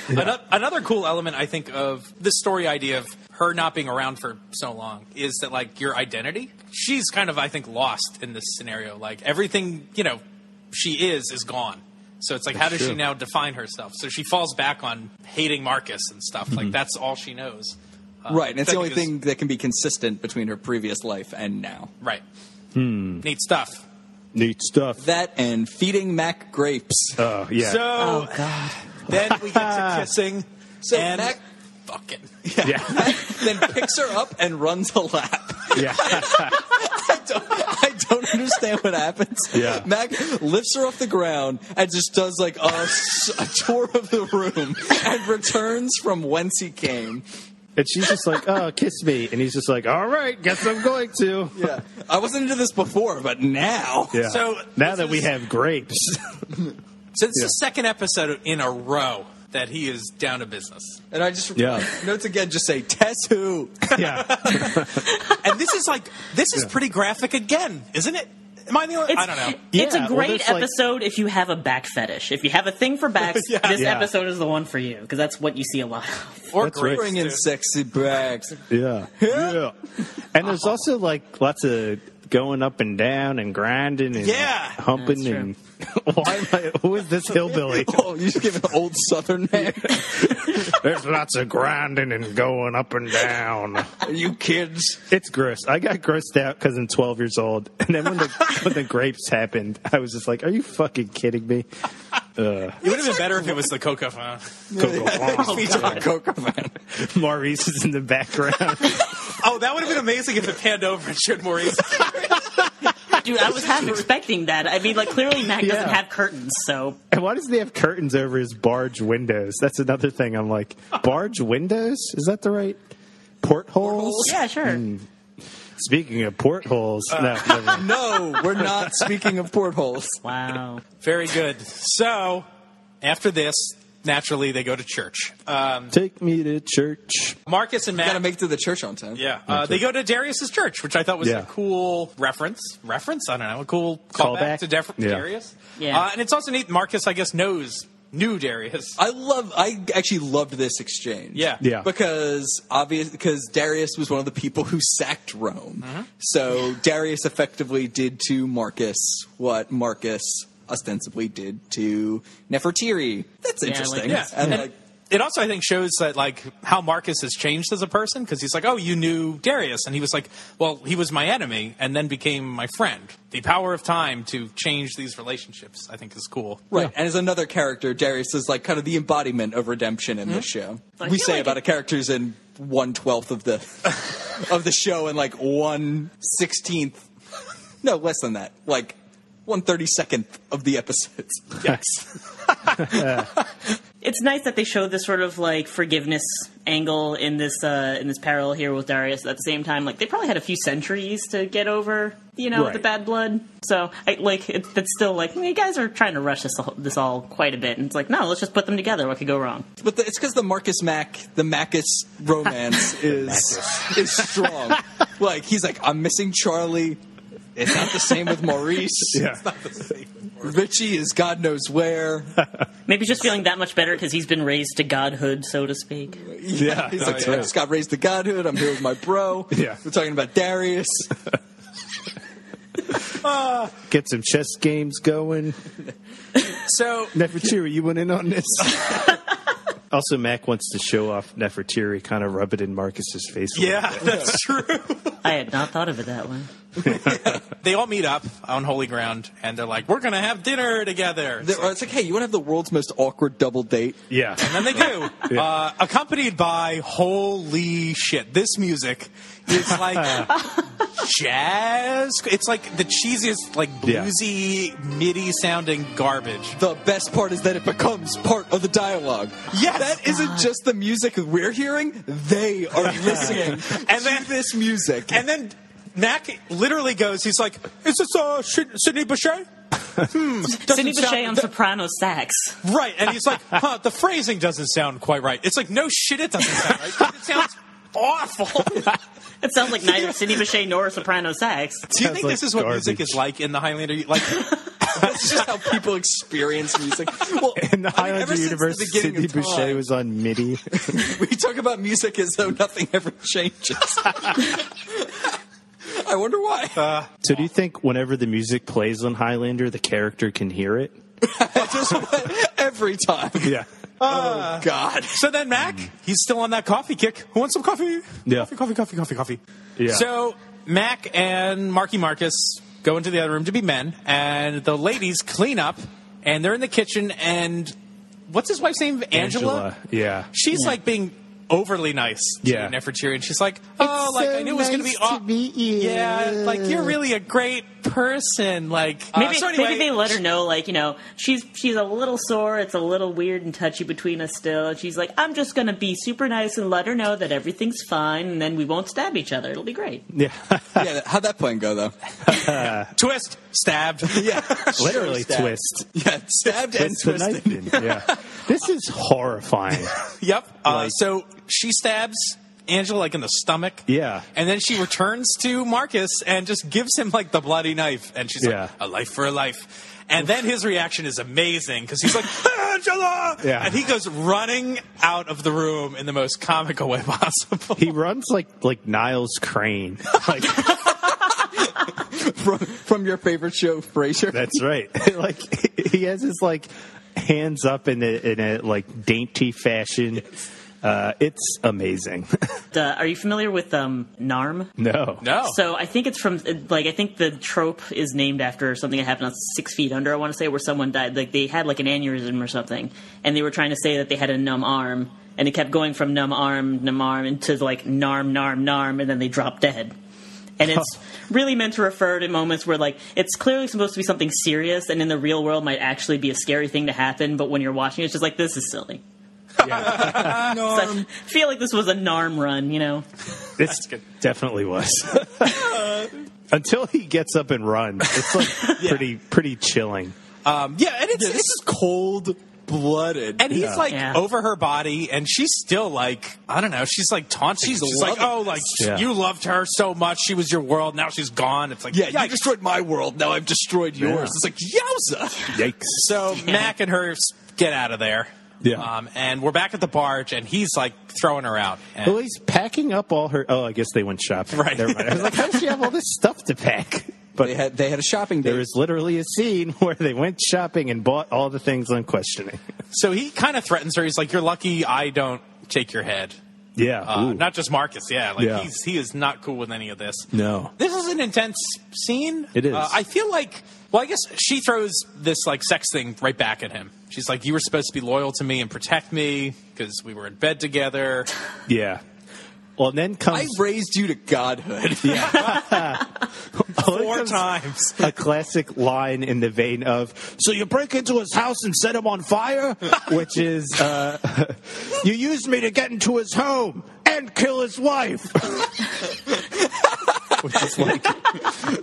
Ano- Another cool element, I think, of this story idea of her not being around for so long is that, like, your identity, she's kind of, I think, lost in this scenario. Like, everything, you know, she is, is gone. So it's like, how does she now define herself? So she falls back on hating Marcus and stuff. Like, that's all she knows.
right. And it's
that
the only
because-
thing that can be consistent between her previous life and now.
Right. Neat stuff.
neat stuff.
That and feeding Mac grapes.
oh yeah,
So then we get to kissing.
So
and
Mac
fucking.
yeah,
then picks her up and runs a lap.
yeah.
I don't, I don't understand what happens.
Yeah.
Mac lifts her off the ground and just does like a, s- a tour of the room and returns from whence he came.
And she's just like, "Oh, kiss me," and he's just like, "All right, guess I'm going to."
Yeah. I wasn't into this before, but now.
Yeah.
So,
now
this
that we
is-
have grapes,
So this is the second episode in a row that he is down to business.
And I just,
Yeah.
notes again just say, Tess who?
yeah,
And this is like this is pretty graphic again, isn't it? Am I the only?
It's,
I don't know.
It's
Yeah,
a
well,
great
there's, like-
episode if you have a back fetish. If you have a thing for backs, this
Yeah.
episode is the one for you because that's what you see a lot. of.
Or
That's right.
Bring in sexy bags.
yeah, yeah. And there's also like lots of going up and down and grinding and
Yeah.
humping
That's
and why am I, who is this hillbilly?
Oh, you just give an old southern man.
There's lots of grinding and going up and down.
Are you kids?
It's gross. I got grossed out because I'm 12 years old, and then when the when the grapes happened, I was just like, "Are you fucking kidding me?" Uh,
It would have been better if it was the coca phone.
Coco Maurice is in the background.
Oh, that would have been amazing if it panned over and showed Maurice.
Dude, I was half expecting that. I mean, like clearly Mac doesn't
Yeah.
have curtains, so
And why does he have curtains over his barge windows? That's another thing. I'm like, barge windows? Is that the right portholes?
yeah, sure.
Speaking of portholes, no, never mind.
No, we're not speaking of portholes.
Wow.
Very good. So after this, naturally they go to church. Um,
take me to church.
Marcus and Matt.
Gotta make it to the church on time.
yeah, uh, they go to Darius's church, which I thought was
Yeah.
a cool reference. Reference? I don't know. A cool callback,
Callback?
to Dar-
Yeah.
Darius.
Yeah.
Uh, and it's also neat. Marcus, I guess, knows knew Darius.
I love. I actually loved this exchange.
Yeah.
Yeah.
Because obvious, because Darius was one of the people who sacked Rome. So Darius effectively did to Marcus what Marcus ostensibly did to Nefertiri. That's
Yeah, I like
interesting.
that.
And
And-
like,
it also I think shows that like how Marcus has changed as a person because he's like, oh, you knew Darius, and he was like, well, he was my enemy and then became my friend. The power of time to change these relationships, I think, is cool.
Right, and as another character, Darius is like kind of the embodiment of redemption in this show.
I
we
feel
say
like
about
it-
a character's in one twelfth of the of the show and like one sixteenth, no less than that, like one thirty second of the episodes.
it's nice that they show this sort of like forgiveness angle in this uh, in this parallel here with Darius. At the same time, like they probably had a few centuries to get over, you know, the
Right.
bad blood. So, I, like, it, it's still like you guys are trying to rush this all, this all quite a bit, and it's like, no, let's just put them together. What could go wrong?
But the, it's because the Marcus Mac, the Macus romance is is strong. like he's like, I'm missing Charlie. It's not the same with Maurice.
Yeah.
Richie is God knows where.
Maybe just feeling that much better because he's been raised to godhood, so to speak.
Yeah, he's like, I just got raised to godhood. I'm here with my bro.
Yeah.
we're talking about Darius.
Get some chess games going.
So
Nefertiti, you went in on this. also, Mac wants to show off Nefertiti, kind of rub it in Marcus's face. a little
yeah, that's true.
I had not thought of it that way.
they all meet up on holy ground and they're like, weey're gonna have dinner together.
They're- It's like, hey, you want to have the world's most awkward double date?
bit. Yeah.
And then they do, uh, accompanied by holy shit. This music is like jazz. It's like the cheesiest, like
Yeah.
bluesy, MIDI sounding garbage.
The best part is that it becomes part of the dialogue.
Yes.
that isn't just the music we're hearing. They are listening
And
and to
then-
this music.
And then Mac literally goes, he's like, "Is this uh, Sid- Sidney Bechet?"
Sidney
sound-
Bechet on soprano sax.
Right, and he's like, "Huh, the phrasing doesn't sound quite right." It's like, "No shit, it doesn't sound right. It sounds awful."
It sounds like neither Sidney Bechet nor soprano sax.
Do you think
like
this is what music
garbage.
is like in the Highlander? Like,
That's just how people experience music. Well,
In the
I mean,
Highlander
ever since the
universe,
beginning
Sidney
of
Boucher
time,
was on MIDI.
We talk about music as though nothing ever changes. I wonder why.
so, do you think whenever the music plays on Highlander, the character can hear it?
just every time.
Yeah.
Oh God.
So then Mac, he's still on that coffee kick. Who wants some coffee?
Yeah.
Coffee, coffee, coffee, coffee, coffee.
Yeah.
So Mac and Marky Marcus go into the other room to be men, and the ladies clean up, and they're in the kitchen, and what's his wife's name? Angela?
Yeah.
She's like being overly nice to
Yeah.
Nefertiti, and she's like, oh, like I knew it was going be aw- Yeah, like you're really a great person. Like uh,
Maybe,
so anyway-
maybe they let her know, like you know, she's she's a little sore. It's a little weird and touchy between us still. And she's like, I'm just gonna be super nice and let her know that everything's fine, and then we won't stab each other. It'll be great.
Yeah, how'd that plan go though?
twist stabbed.
Yeah,
Literally
Sure, stabbed.
twist.
Yeah, stabbed and
Twist the
twisted.
knife in. Yeah. This is horrifying.
Yep. Uh,
Like-
so she stabs Angela like in the stomach.
Yeah.
And then she returns to Marcus and just gives him like the bloody knife, and she's
Yeah.
like, "A life for a life." And then his reaction is amazing because he's like, "Angela!"
Yeah.
And he goes running out of the room in the most comical way possible.
He runs like like Niles Crane. Like
From, from your favorite show, Frasier.
That's right. like he has his like hands up in a, in a like dainty fashion. Uh, it's amazing.
Uh, are you familiar with um, Narm?
no,
no.
So I think it's from like I think the trope is named after something that happened on Six Feet Under. I want to say where someone died, like they had like an aneurysm or something, and they were trying to say that they had a numb arm, and it kept going from numb arm, numb arm, into like narm, narm, narm, and then they dropped dead. And it's really meant to refer to moments where like it's clearly supposed to be something serious, and in the real world might actually be a scary thing to happen. But when you're watching, it, it's just like this is silly. So I feel like this was a narm run, you know.
this definitely was. Until he gets up and runs, it's like pretty pretty chilling.
Um, yeah, and it's,
Yeah, this
it's
is cold blooded.
and he's
Yeah.
like
Yeah.
over her body, and she's still like I don't know. She's like taunting. She's, she's like,
loving
"Oh, like
Yeah.
you loved her so much. She was your world. Now she's gone." It's like,
yeah,
yikes.
you destroyed my world. Now I've destroyed yours.
Yeah.
It's like yowza.
Yikes!
So Mac and her s- get out of there.
Yeah.
Um, and we're back at the barge, and he's like throwing her out. And-
Well, he's packing up all her. Oh, I guess they went shopping.
Right.
Never mind. I was like, how does she have all this stuff to pack? But
they had they had a shopping day.
there is literally a scene where they went shopping and bought all the things on questioning.
So he kind of threatens her. He's like, "You're lucky I don't take your head."
Yeah.
Uh,
ooh.
not just Marcus, yeah. Like
Yeah.
he's he is not cool with any of this.
No.
this is an intense scene.
It is.
Uh, I feel like, well, I guess she throws this like sex thing right back at him. She's like, "You were supposed to be loyal to me and protect me because we were in bed together."
yeah. Well, and then comes
I raised you to godhood.
Well, then
Four
comes
times.
a classic line in the vein of "So you break into his house and set him on fire," which is uh, "You used me to get into his home and kill his wife." which is like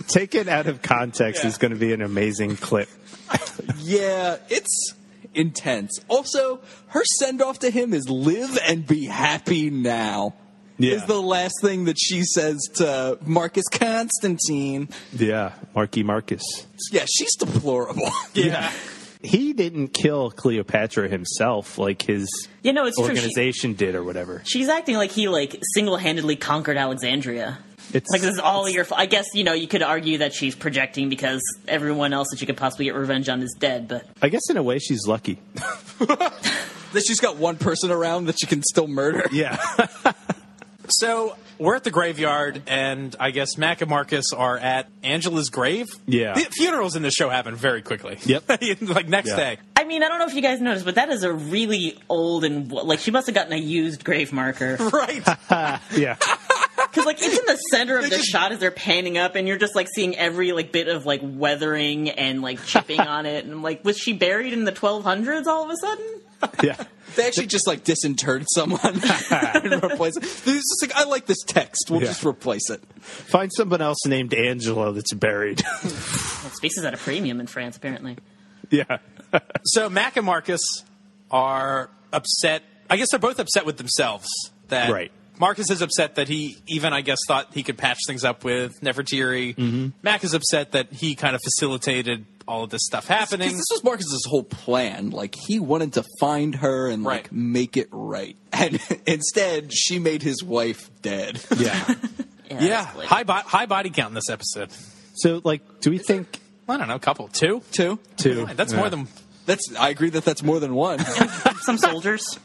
taken out of context is going to be an amazing clip.
yeah, it's intense. Also, her send off to him is live and be happy now.
Yeah.
Is the last thing that she says to Marcus Constantine.
Yeah, Marky Marcus.
Yeah, she's deplorable.
Yeah,
He didn't kill Cleopatra himself, like his
You know, it's true. She-
organization did or whatever.
she's acting like he like single-handedly conquered Alexandria.
It's
Like this is all your. fa- I guess you know you could argue that she's projecting because everyone else that she could possibly get revenge on is dead. But
I guess in a way she's lucky.
that she's got one person around that she can still murder.
Yeah.
So we're at the graveyard, and I guess Mac and Marcus are at Angela's grave.
Yeah.
The funerals in this show happen very quickly.
Yep.
like next
Yeah.
day.
I mean, I don't know if you guys noticed, but that is a really old and like she must have gotten a used grave marker
Right.
yeah.
because like it's in the center of the shot as they're panning up, and you're just like seeing every like bit of like weathering and like chipping on it, and I'm like, was she buried in the 1200s all of a sudden?
Yeah.
They actually just like disinterred someone and replace it. They're just like, I like this text. We'll
Yeah.
just replace it.
Find someone else named Angela that's buried.
Space is at a premium in France, apparently.
yeah.
So Mac and Marcus are upset. I guess they're both upset with themselves that
Right.
Marcus is upset that he even I guess thought he could patch things up with Nefertiti.
Mm-hmm.
Mac is upset that he kind of facilitated all of this stuff happening.
Because this was Marcus's whole plan. Like he wanted to find her and like
Right.
make it right, and instead she made his wife dead.
Yeah.
Yeah,
yeah,
that's like-
high bo- high body count in this episode.
so, like, do we think
I don't know, a couple, two,
Too.
two?
That's
yeah.
more than
That's. I agree that that's more than one.
some soldiers.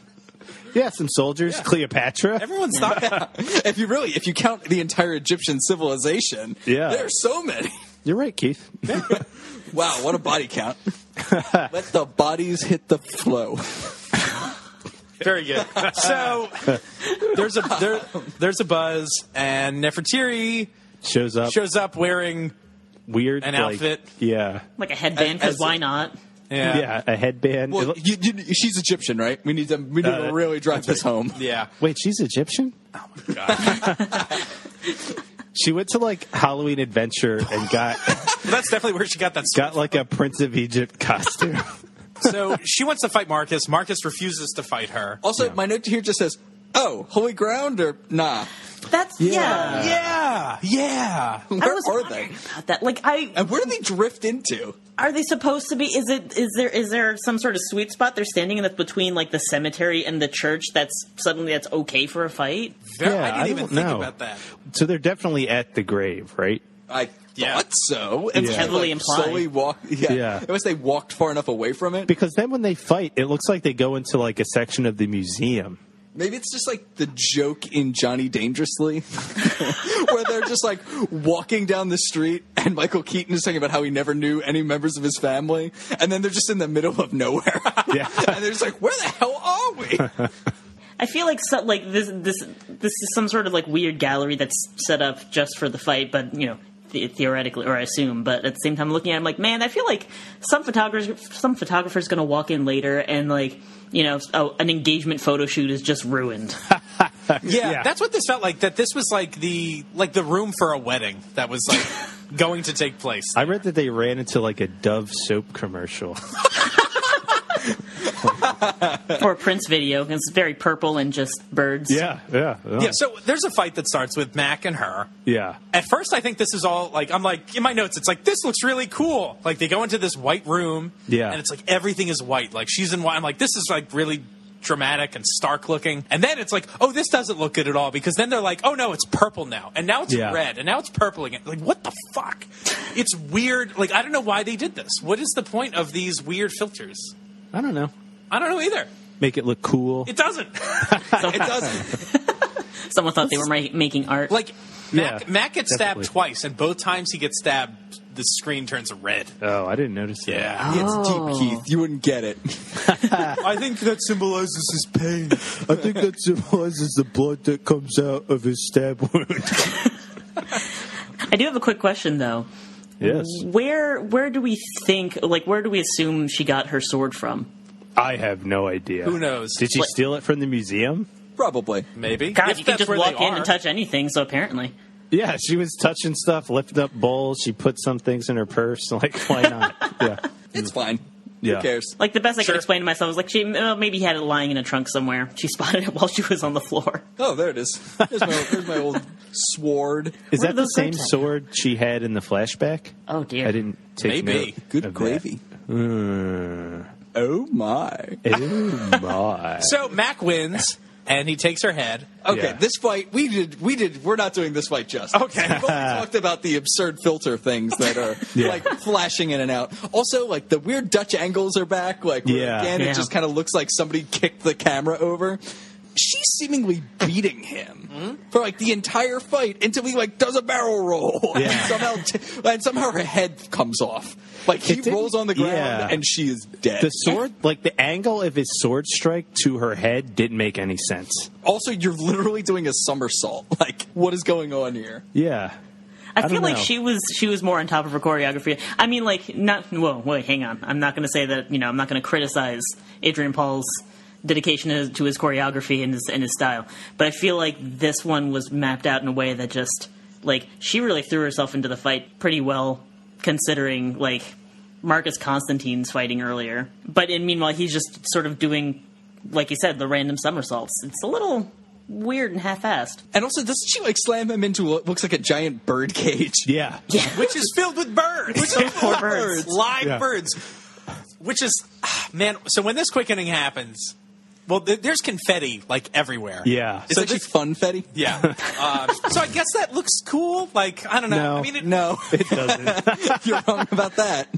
yeah. Some soldiers, Cleopatra.
everyone's not.
if you really, if you count the entire Egyptian civilization,
Yeah.
there are so many.
You're right, Keith.
Wow, what a body count! Let the bodies hit the flow.
Very good. So there's a there, there's a buzz, and Nefertiti
Shows up
shows up wearing
weird.
An
like-
outfit.
Yeah.
Like a headband, because
As-
why not?
yeah
yeah. A headband. It
Well,
lo-
you, you, she's Egyptian, right? We need to we need
Uh,
to really drive this home.
yeah.
Wait, she's Egyptian?
Oh,
She went to like Halloween Adventure and got
Well, that's definitely where she got that.
got like a Prince of Egypt costume.
So she wants to fight Marcus. Marcus refuses to fight her.
Also, my note here just says, "Oh, holy ground or nah?
That's yeah.
Yeah, yeah.
I
Where
was
are they?" Um,
wondering about that. Like, I
And where do they drift into?
are they supposed to be? Is it is there is there some sort of sweet spot they're standing in that's between like the cemetery and the church? That's suddenly that's okay for a fight.
Very-
Yeah,
I didn't
I
even
don't
think
know.
about that.
so they're definitely at the grave, right?
I
Yeah.
thought so. And
Yeah.
she,
Heavily implied.
Slowly walk. Yeah.
Yeah.
Unless they walked far enough away from it.
Because then when they fight, it looks like they go into like a section of the museum.
Maybe it's just like the joke in Johnny Dangerously, where they're just like walking down the street, and Michael Keaton is talking about how he never knew any members of his family, and then they're just in the middle of nowhere.
Yeah.
and they're just like, "Where the hell are we?"
I feel like so, like this this this is some sort of like weird gallery that's set up just for the fight, but you know. the- Theoretically, or I assume, but at the same time, looking at, it, I'm like, man, I feel like some photographers, some photographer's going to walk in later, and like, you know, oh, an engagement photo shoot is just ruined.
Yeah,
Yeah.
that's what this felt like. That this was like the like the room for a wedding that was like going to take place.
I read that they ran into like a Dove soap commercial.
or a Prince video. 'cause It's very purple and just birds.
Yeah, yeah,
Yeah. So there's a fight that starts with Mac and her.
yeah.
At first, I think this is all like I'm like in my notes. It's like this looks really cool. Like they go into this white room,
Yeah.
and it's like everything is white. Like she's in white. I'm like this is like really
dramatic and stark looking. And then it's like, oh, this doesn't look good at all because then they're like, oh no, it's purple now, and now it's
Yeah.
red, and now it's purple again. Like, what the fuck? It's weird. Like, I don't know why they did this. What is the point of these weird filters?
I don't know.
I don't know either.
Make it look cool.
It doesn't.
It doesn't.
Someone thought they were ma- making art.
Like, Mac,
Yeah,
Mac gets
definitely.
stabbed twice, and both times he gets stabbed, the screen turns red.
oh, I didn't notice that.
It's
Oh.
deep, Keith. You wouldn't get it.
I think that symbolizes his pain.
I think that symbolizes the blood that comes out of his stab wound.
I do have a quick question though.
yes.
Where where do we think like where do we assume she got her sword from?
I have no idea.
Who knows?
Did she
What-
steal it from the museum?
Probably.
Maybe.
God,
If
you can
that's
just
where
walk
they
in
are.
and touch anything. So apparently,
Yeah, she was touching stuff, lifting up bowls. She put some things in her purse. Like, why not? yeah.
It's fine.
Yeah.
Who cares?
like the best I
Sure.
could explain to myself was like she oh, maybe had it lying in a trunk somewhere. She spotted it while she was on the floor.
Oh, there it is. There's my, there's my old sword.
Is
Where
that
did
the
those
same
grapes at?
sword she had in the flashback?
Oh dear.
I didn't take
Maybe.
note
Good
of that.
gravy.
Mm.
Oh my.
Oh my!
So Mac wins, and he takes her head.
Okay,
Yeah.
this fight we did we did we're not doing this fight justice.
Okay.
We've only talked about the absurd filter things that are
Yeah.
like flashing in and out. Also, like the weird Dutch angles are back. Like where
Yeah.
again,
Yeah.
it just kind of looks like somebody kicked the camera over. She's seemingly beating him for like the entire fight until he like does a barrel roll and
Yeah.
somehow t- and somehow her head comes off. Like he
It didn't-
rolls on the ground
yeah.
and she is dead.
The sword, like the angle of his sword strike to her head, didn't make any sense.
also, you're literally doing a somersault. Like what is going on here?
Yeah,
I,
I
feel
don't
like
know.
she was she was more on top of her choreography. I mean, like not. Whoa, wait, hang on. I'm not going to say that. You know, I'm not going to criticize Adrian Paul's dedication to, to his choreography and his and his style. But I feel like this one was mapped out in a way that just like she really threw herself into the fight pretty well, considering like Marcus Constantine's fighting earlier. But in meanwhile, he's just sort of doing, like you said, the random somersaults. It's a little weird and half-assed.
And also, doesn't she like slam him into what looks like a giant bird cage?
yeah,
which is filled with birds. Which is
poor birds.
Live
Yeah.
birds. Which is, ah, man, so when this quickening happens, well, th- there's confetti, like, everywhere.
yeah.
It's
So
actually
this-
fun, Fetty.
Yeah. Um, so I guess that looks cool. Like, I don't know.
No.
I mean, it,
No,
it doesn't.
you're wrong about that.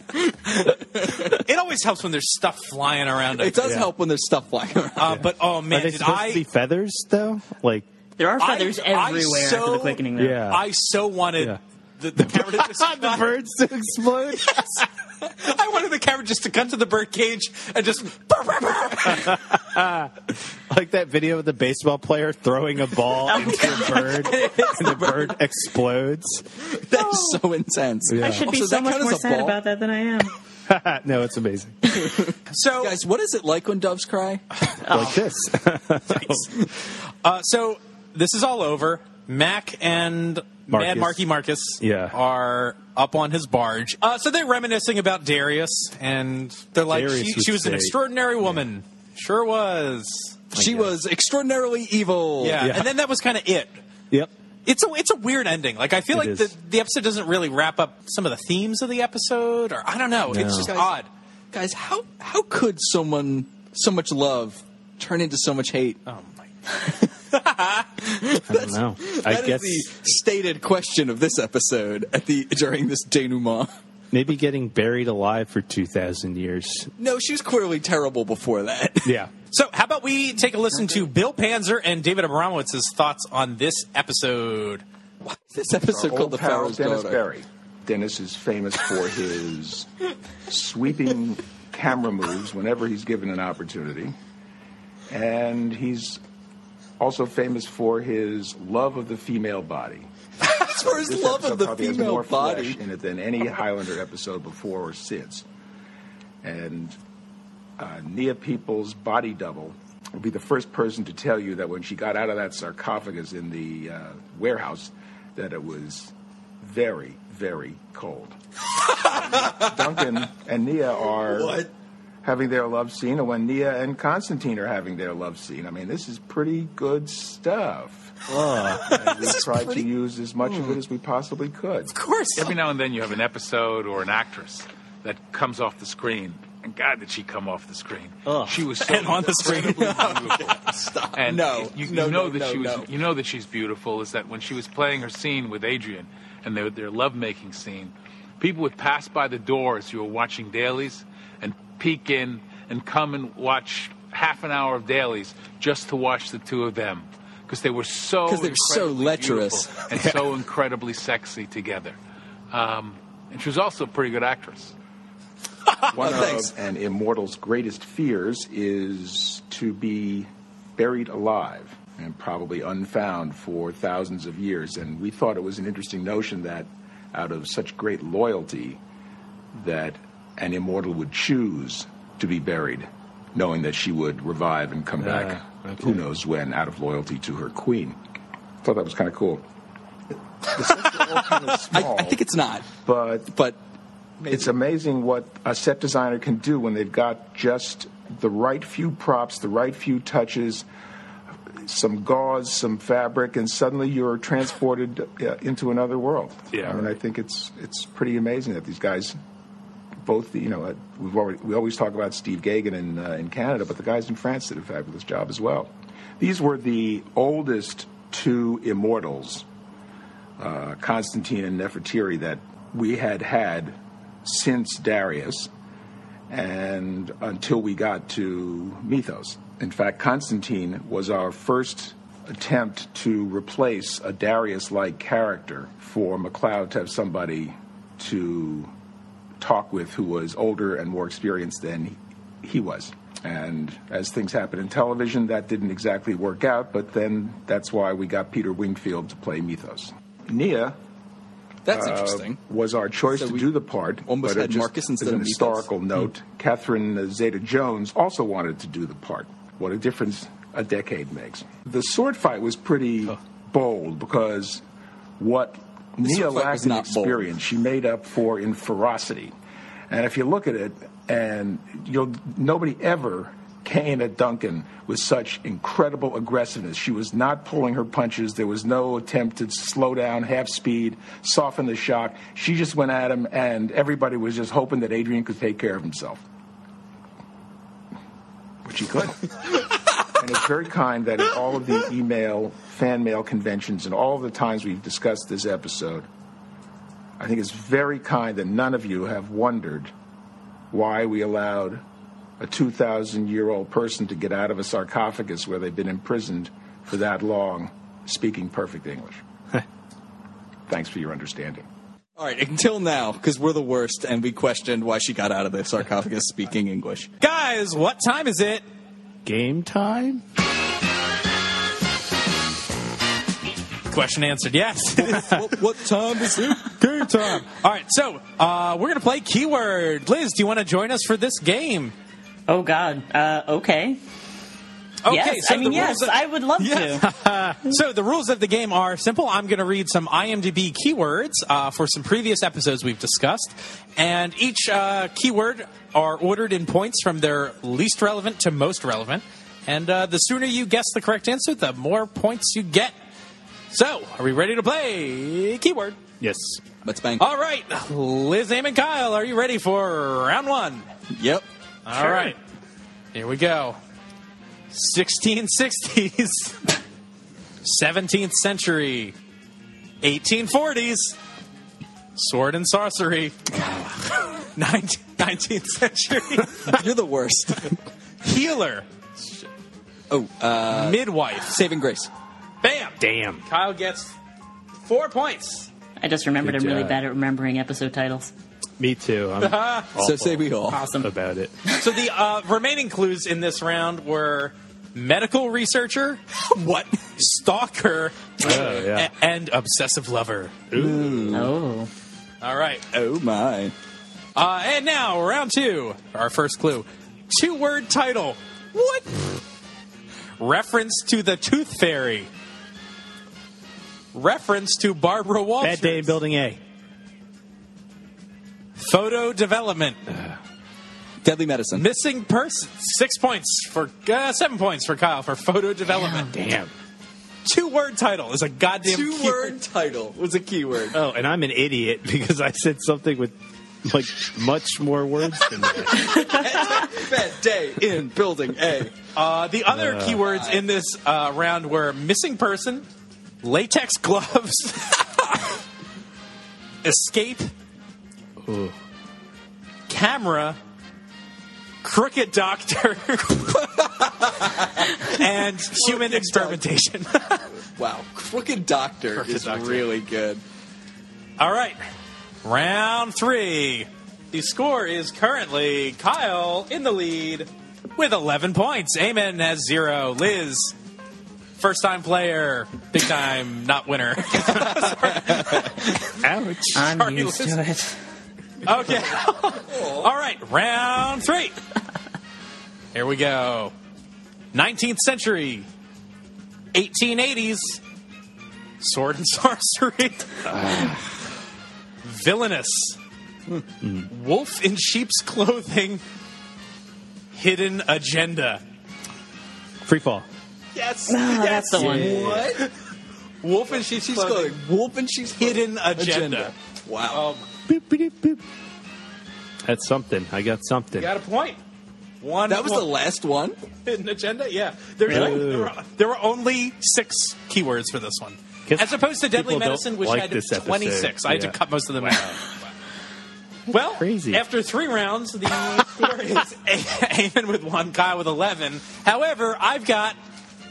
it always helps when there's stuff flying around.
It does
Yeah.
help when there's stuff flying around.
Uh, But, oh,
Are
man,
they
did
supposed
I.
to be feathers though? Like,
There are
I-
feathers
I
everywhere after the
so-
quickening. Though.
yeah,
I so wanted
uh, Yeah.
the, the camera to just
the birds to explode.
I wanted the camera just to cut to the bird cage and just. burr, burr, burr.
like that video of the baseball player throwing a ball into a bird, and the bird explodes.
That is so intense.
I should be
Also,
so
that
much
count as
more
a
sad
ball?
about that than I am.
no, it's amazing.
So
Guys, what is it like when doves cry?
Like this.
Uh, so this is all over. Mac and Mad
Marcus.
Marky Marcus
Yeah.
are up on his barge. Uh, so they're reminiscing about Darius, and they're like,
Darius
she,
would
she was an
say-
extraordinary woman. Sure was.
she was extraordinarily evil.
Yeah.
Yeah.
And then that was kind of it.
yep.
It's a it's a weird ending. Like I feel
It
like the,
is.
the episode doesn't really wrap up some of the themes of the episode, or I don't know. It's
No.
just
Guys,
odd.
Guys, how how could someone so much love turn into so much hate?
Oh my.
I don't know.
That
I
is
guess
the stated question of this episode at the during this denouement.
maybe getting buried alive for two thousand years.
No, she was clearly terrible before that.
Yeah.
So how about we take a listen to Bill Panzer and David Abramowitz's thoughts on this episode?
this episode called
old
The
pal
Pharaoh's
Dennis
Daughter.
Berry. Dennis is famous for his sweeping camera moves whenever he's given an opportunity. And he's also famous for his love of the female body.
That's for his
This
love
episode
of the
probably has
female
more flesh
body.
in it than any Highlander episode before or since. And uh, Nia Peoples' body double will be the first person to tell you that when she got out of that sarcophagus in the uh, warehouse, that it was very, very cold. Duncan and Nia are
What?
having their love scene, and when Nia and Constantine are having their love scene, I mean, this is pretty good stuff. And we tried
pretty-
to use as much of it as we possibly could.
Of course.
Every now and then you have an episode or an actress that comes off the screen
And God, did she come off the screen?
Ugh.
She was so
And on the screen.
incredibly beautiful. And
No.
you, you
Oh, No,
know
no,
that
no,
she was.
no.
You know that she's beautiful. Is that when she was playing her scene with Adrian and their their lovemaking scene, people would pass by the door as you were watching dailies and peek in and come and watch half an hour of dailies just to watch the two of them because they were so
'Cause they were so
incredibly
lecherous.
beautiful and so incredibly sexy together. Um, and she was also a pretty good actress.
One Thanks.
of an immortal's greatest fears is to be buried alive and probably unfound for thousands of years. And we thought it was an interesting notion that out of such great loyalty that an immortal would choose to be buried, knowing that she would revive and come back who knows when out of loyalty to her queen. Thought that was kind of cool. The sets are all kind of
I,
small,
I think it's not,
but
but
it's amazing what a set designer can do when they've got just the right few props, the right few touches, some gauze, some fabric, and suddenly you're transported uh, into another world.
Yeah,
I mean, I
right.
think it's it's pretty amazing that these guys, both you know, uh, we've already, we always talk about Steve Gagan in uh, in Canada, but the guys in France did a fabulous job as well. These were the oldest two immortals uh, Constantine and Nefertiti that we had had since Darius and until we got to Mythos. In fact, Constantine was our first attempt to replace a Darius like character for MacLeod to have somebody to talk with who was older and more experienced than he was. And as things happen in television, that didn't exactly work out, but then that's why we got Peter Wingfield to play Mythos. Nia
that's
uh,
interesting.
was our choice
So
to
we
do the part.
almost
but it
had
just-
Marcus instead
as
of
an
Methos.
historical note, Catherine Zeta Jones also wanted to do the part. What a difference a decade makes. The sword fight was pretty bold because what Nia
sword fight
lacked
was
in
not bold.
experience, she made up for in ferocity. And if you look at it, and you'll nobody ever came at Duncan with such incredible aggressiveness. She was not pulling her punches. There was no attempt to slow down, half speed, soften the shock. She just went at him, and everybody was just hoping that Adrian could take care of himself, which he couldn't. and it's very kind that at all of the email, fan mail conventions, and all the times we've discussed this episode, I think it's very kind that none of you have wondered why we allowed a 2,000 year old person to get out of a sarcophagus where they've been imprisoned for that long, speaking perfect English. Thanks for your understanding.
All right, until now, because we're the worst, and we questioned why she got out of the sarcophagus speaking English.
Guys, what time is it?
Game time?
Question answered. Yes.
what, what time is it?
game time. All right, so uh, we're gonna play keyword. Liz, do you want to join us for this game?
Oh God. Uh, okay.
Okay.
yes.
so
I mean,
the
yes.
rules of-
I would love to.
so the rules of the game are simple. I'm going to read some IMDb keywords uh, for some previous episodes we've discussed, and each uh, keyword are ordered in points from their least relevant to most relevant. And uh, the sooner you guess the correct answer, the more points you get. So, are we ready to play keyword?
Yes.
Let's bang.
All right, Liz, Aim, and Kyle, are you ready for round one?
Yep.
All right. Here we go. 1660s, 17th century, 1840s, sword and sorcery, 19th, 19th century,
You're the worst.
healer,
Oh, uh,
midwife.
Saving Grace.
Bam!
Damn.
Kyle gets four points.
I just remembered.
Good
I'm really
job.
bad at remembering episode titles.
Me too. I'm
Uh,
awful
So say we all.
about it.
So the uh, remaining clues in this round were medical researcher, what? Stalker,
Oh, yeah.
a- and obsessive lover.
Oh.
All right.
Oh my.
Uh, and now, round two, our first clue. Two word title. What? Reference to the Tooth Fairy. Reference to Barbara Walters.
Bad day in building A.
Photo development.
Deadly Medicine.
Missing person. Six points for, uh, seven points for Kyle for photo development.
Damn.
Two word title is a goddamn keyword.
title was a keyword.
Oh, and I'm an idiot because I said something with like much more words than that.
Fed day in building A.
Uh, the other keywords in this uh, round were missing person, latex gloves, escape, camera, crooked doctor, and human experimentation.
Wow, Crooked Doctor
Crooked
is
Doctor.
really good.
All right, round three. The score is currently Kyle in the lead with 11 points. Eamon has zero. Liz, first time player, big time, not winner.
Ouch.
I'm
Sorry,
used
Liz.
to it.
Okay. All right, round three. Here we go. 19th century, 1880s, sword and sorcery, villainous, wolf in sheep's clothing, hidden agenda.
Free fall.
Yes,
Ah, that's the one.
What?
wolf in sheep's,
She's
clothing,
going whoop and she's
hidden agenda.
Wow.
Oh,
Boop, boop, boop. That's something. I got something.
Got a point. One.
that was the
point.
last one?
hidden agenda. Yeah, there's
Really?
there, were, there were only six keywords for this one,
Guess
as opposed to Deadly
people don't
Medicine, which
like
had
this episode.
26. I had to
Yeah.
cut most of them out. Well,
Crazy.
after three rounds, the score is A- Eamon with one, Kyle with 11. However, I've got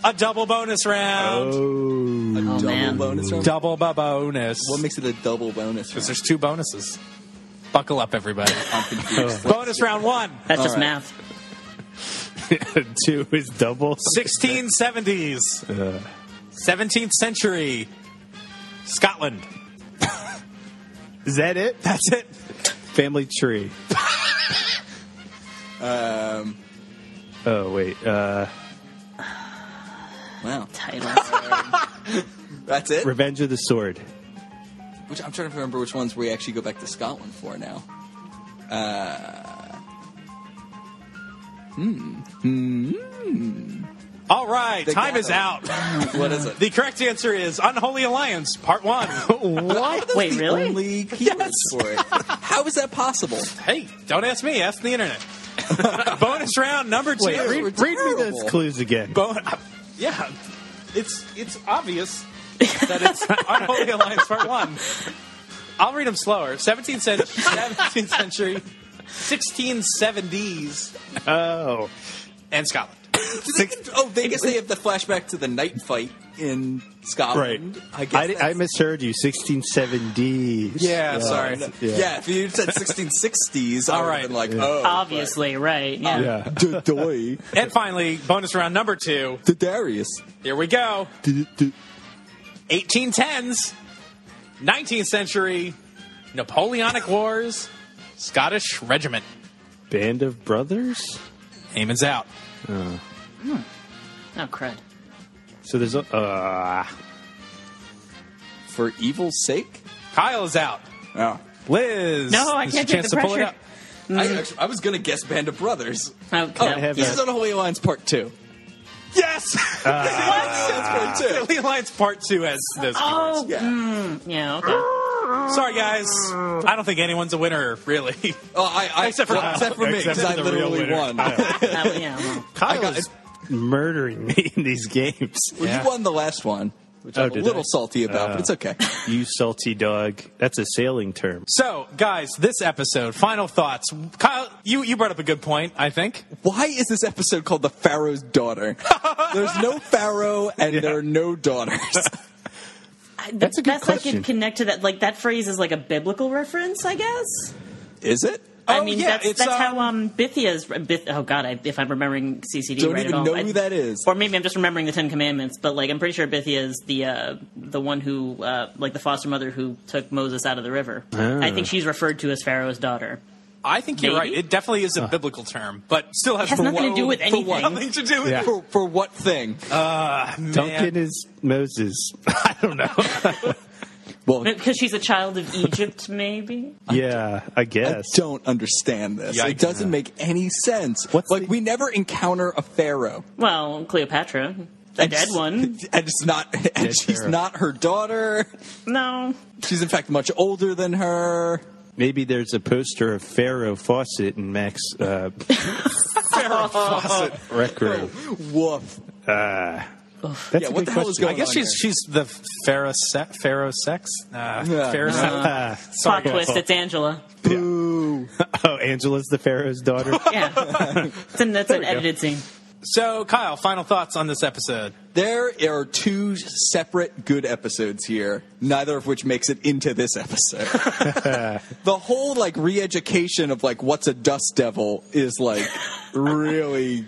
a double bonus round.
Oh.
double
man.
bonus round?
Double ba- bonus.
What makes it a double bonus
Because
round?
there's two bonuses. Buckle up, everybody.
I'm confused.
bonus round one.
That's just
All right.
math.
Two is double.
1670s,
Uh.
17th century, Scotland.
Is that it?
That's it.
Family tree. um. Oh wait. Uh,
Wow.
Title.
That's it?
Revenge of the Sword.
Which I'm trying to remember which ones we actually go back to Scotland for now.
All right,
The
time is out.
gathering. what is it?
The correct answer is Unholy Alliance, Part One.
what?
Wait, really?
Only keywords for it. How is that possible?
hey, don't ask me, ask the internet. Bonus round number two.
Wait, read-
Read me those
Terrible.
clues again.
Bo- yeah, it's it's obvious that it's Unholy Alliance Part One. I'll read them slower. 17th century, 17th century, 1670s,
Oh,
and Scotland.
oh, they guess they have the flashback to the night fight in
right.
Scotland. I guess.
I, I
that's-
misheard you. Uh, 1670s.
Yeah, sorry.
Yeah.
yeah. if you said 1660s, I
All
would
right.
have been like, oh.
Obviously, right. Yeah.
Yeah.
but- Doy.
And finally, bonus round number two.
The Darius.
Here we go. 1810s, 19th century, Napoleonic Wars, Scottish Regiment.
Band of Brothers. Uh,
Eamon's out.
Oh crud.
So there's a. Uh,
For evil's sake?
Kyle is out.
Oh.
Liz.
No, I
this
can't
is
take
your chance
the
to pull it
pressure.
up.
I, actually, I was going to guess Band of Brothers. Oh,
Okay.
I have
This is
a-
on Holy Alliance Part 2.
Yes!
That's Part 2.
Daily Alliance Part 2 has those
Oh,
Yeah.
mm, yeah. Okay.
keywords. Sorry, guys. I don't think anyone's a winner, really.
Oh, I, I,
Except for-
well, except for me,
Except
because
for
I
the real
literally
winner.
won.
That- yeah. Well,
Kyle is murdering me in these games.
Well, you won the last one, which
Oh,
I'm a
did
little
I? Uh.
salty about, but it's okay.
You salty dog. That's a sailing term.
So, guys, this episode, final thoughts. Kyle, you, you brought up a good point, I think.
Why is this episode called The Pharaoh's Daughter? There's no Pharaoh and there are no daughters.
I- the
a good
best I
question.
could connect to that, like that phrase is like a biblical reference, I guess.
Is it?
I
Oh,
mean,
yeah,
that's,
it's,
that's
uh,
um,
how um, Bithia's. Bith, oh God, I, if I'm remembering CCD
Don't
right
even
at all,
know
I-
who that is.
Or maybe I'm just remembering the Ten Commandments. But like, I'm pretty sure Bithia is the uh, the one who, uh, like, the foster mother who took Moses out of the river. I think she's referred to as Pharaoh's daughter.
I think you're
Maybe.
right. It definitely is a biblical term, but still has,
It has
the
nothing to
wo-
do with
the wo-
anything.
Nothing to do with
Yeah. Uh,
For, for what thing?
Duncan is Moses. I don't know.
Well,
Because she's a child of Egypt, maybe.
yeah, I
I
guess.
don't understand this.
Yikes.
It doesn't make any sense.
What's
like
the-
we never encounter a pharaoh,
Well, Cleopatra, the
And
dead
s-
one.
and it's not. And she's
pharaoh.
not her daughter.
No,
She's in fact much older than her.
Maybe there's a poster of Pharaoh Fawcett in Max uh, rec room.
Woof.
That's
Uh, Yeah,
a
what
good
the hell is
question.
I
going
guess
on
she's she's the pharaoh se- pharaoh sex uh, pharaoh
Plot twist, it's Angela.
Ah. Oh, Angela's the Pharaoh's daughter.
Yeah. it's an, that's an edited scene.
So Kyle, final thoughts on this episode?
There are two separate good episodes here, neither of which makes it into this episode. the whole like re-education of like what's a dust devil is like really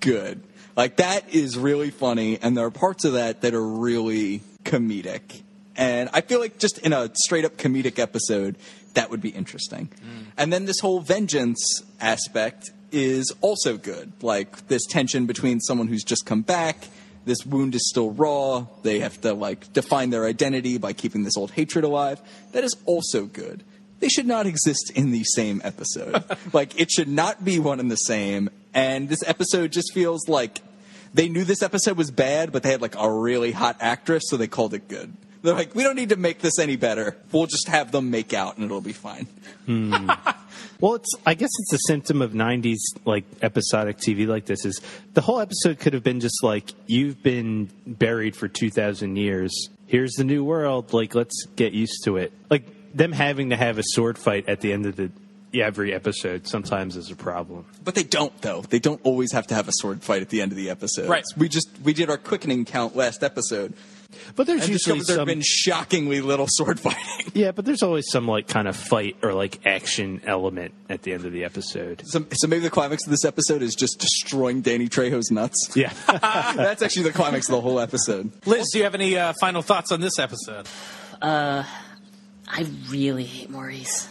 good. Like that is really funny, and there are parts of that that are really comedic. And I feel like just in a straight up comedic episode, that would be interesting. And then this whole vengeance aspect is also good. Like this tension between someone who's just come back this wound is still raw. They have to like define their identity by keeping this old hatred alive. That is also good. They should not exist in the same episode. like it should not be one and the same. And this episode just feels like they knew this episode was bad, but they had like a really hot actress, so they called it good. They're like, we don't need to make this any better. We'll just have them make out and it'll be fine.
Well, it's I guess it's a symptom of '90s like episodic TV like this is the whole episode could have been just like you've been buried for two thousand years. Here's the new world. Like let's get used to it. Like them having to have a sword fight at the end of the yeah, every episode sometimes is a problem.
But they don't though. They don't always have to have a sword fight at the end of the episode.
Right.
We just we did our quickening count last episode.
But there's
and
usually
discovered there
some
have been shockingly little sword fighting.
yeah, but there's always some like kind of fight or like action element at the end of the episode.
So, so maybe the climax of this episode is just destroying Danny Trejo's nuts.
Yeah.
That's actually the climax of the whole episode.
Liz, do you have any uh, final thoughts on this episode?
I really hate Maurice.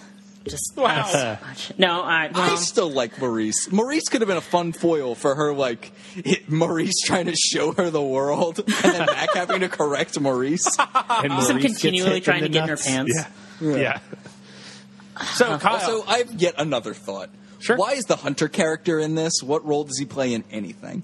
Just
Wow.
so much. No, I, well,
I still like Maurice. Maurice could have been a fun foil for her, like it, Maurice trying to show her the world, and then Mac having to correct Maurice.
and
Just him
Maurice gets
continually
hit in
trying to
the
get in her
nuts.
pants.
Yeah. yeah.
So Kyle,
Also, I have yet another thought.
Sure.
Why is the hunter character in this? What role does he play in anything?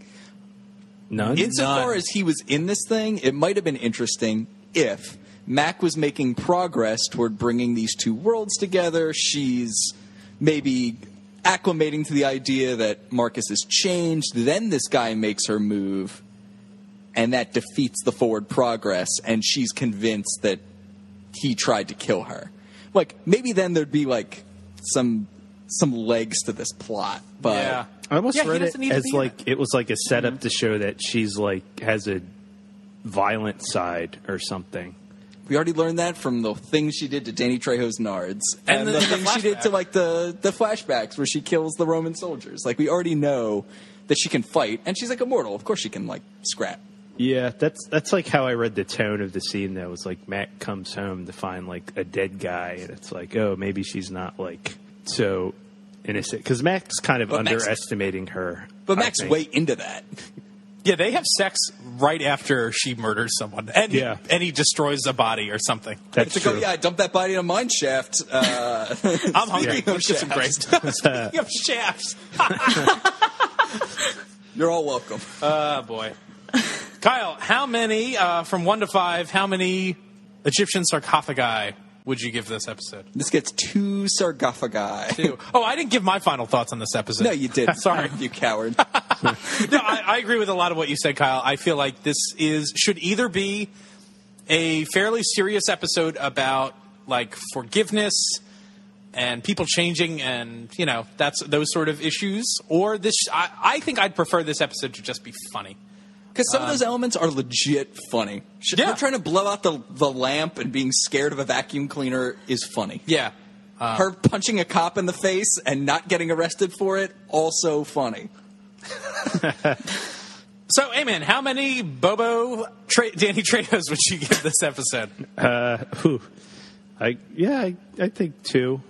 None.
Insofar as he was in this thing, it might have been interesting if Mac was making progress toward bringing these two worlds together. She's maybe acclimating to the idea that Marcus has changed. Then this guy makes her move, and that defeats the forward progress, and she's convinced that he tried to kill her. Like, maybe then there'd be like some some legs to this plot. But
yeah.
I almost
Yeah, he
read it
doesn't need to
as
be in
like it. was like a setup to show that she's like has a violent side or something.
We already learned that from the things she did to Danny Trejo's nards, and,
And
the,
the- the
things she did to
flashback.
like the the flashbacks where she kills the Roman soldiers. Like we already know that she can fight, and she's like immortal. Of course, she can like scrap.
Yeah, that's that's like how I read the tone of the scene. That was like Matt comes home to find like a dead guy, and it's like, oh, maybe she's not like so innocent because Mac's kind of
But Mac's-
underestimating her.
But
I
Max
think.
way into that.
Yeah, they have sex right after she murders someone, and he,
Yeah.
and he destroys a body or something.
That's
to go,
true.
yeah, I dumped that body in a mine shaft. Uh,
I'm hungry.
Speaking of
Let's get some great
shafts.
stuff. Speaking of shafts,
you're all welcome. Uh,
oh boy, Kyle, how many uh, from one to five? How many Egyptian sarcophagi would you give this episode?
This gets two sarcophagi.
Two. Oh, I didn't give my final thoughts on this episode.
No, you did.
Sorry.
you coward.
no, I, I agree with a lot of what you said, Kyle. I feel like this is should either be a fairly serious episode about like forgiveness and people changing and you know that's those sort of issues, or this. I, I think I'd prefer this episode to just be funny.
Because some of those elements are legit funny. Sh-
Yeah.
Her trying to blow out the, the lamp and being scared of a vacuum cleaner is funny.
Yeah,
Her punching a cop in the face and not getting arrested for it, also funny.
So, Amen, how many Bobo tra- Danny Trejos would you give this episode?
Whew. I yeah, I, I think two.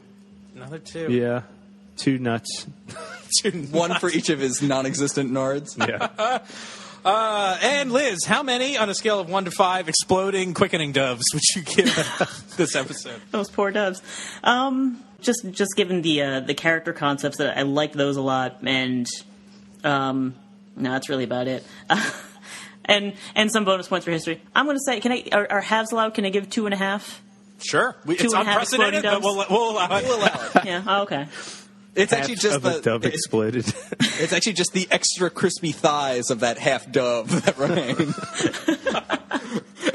Another two.
Yeah, two nuts.
Two.
One for each of his non existent nards.
Yeah.
Uh, and Liz, how many on a scale of one to five exploding quickening doves would you give this episode?
those poor doves. Um, just just given the uh, the character concepts that I liked those a lot, and um, no, that's really about it. and and some bonus points for history. I'm going to say, can I are, are halves allowed? Can I give two and a half?
Sure, we,
Two
it's
and a half
unprecedented, but
exploding
we'll, we'll uh, allow it.
We'll allow it.
yeah. Oh, okay.
It's actually just
of a
the
dove exploded.
it's actually just the extra crispy thighs of that half dove that remain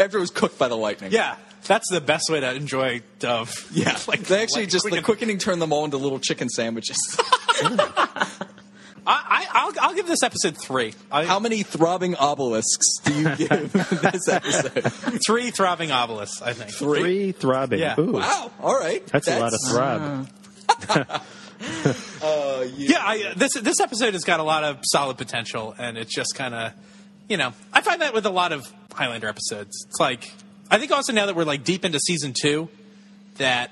after it was cooked by the lightning.
Yeah, that's the best way to enjoy dove.
yeah.
Like-
they actually
like
just
quick
the
and-
quickening turned them all into little chicken sandwiches.
I, I, I'll, I'll give this episode three. I,
How many throbbing obelisks do you give this episode?
three throbbing obelisks, I think.
Three throbbing.
Yeah.
Ooh,
Wow. All right.
that's, a lot of throb.
Yeah, I, uh, this this episode has got a lot of solid potential, and it's just kind of, you know, I find that with a lot of Highlander episodes. It's like I think also now that we're like deep into season two, that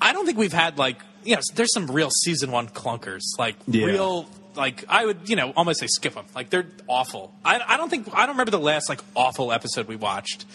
I don't think we've had like you know, there's some real season one clunkers, like
Yeah.
real like I would you know almost say skip them, like they're awful. I I don't think I don't remember the last like awful episode we watched.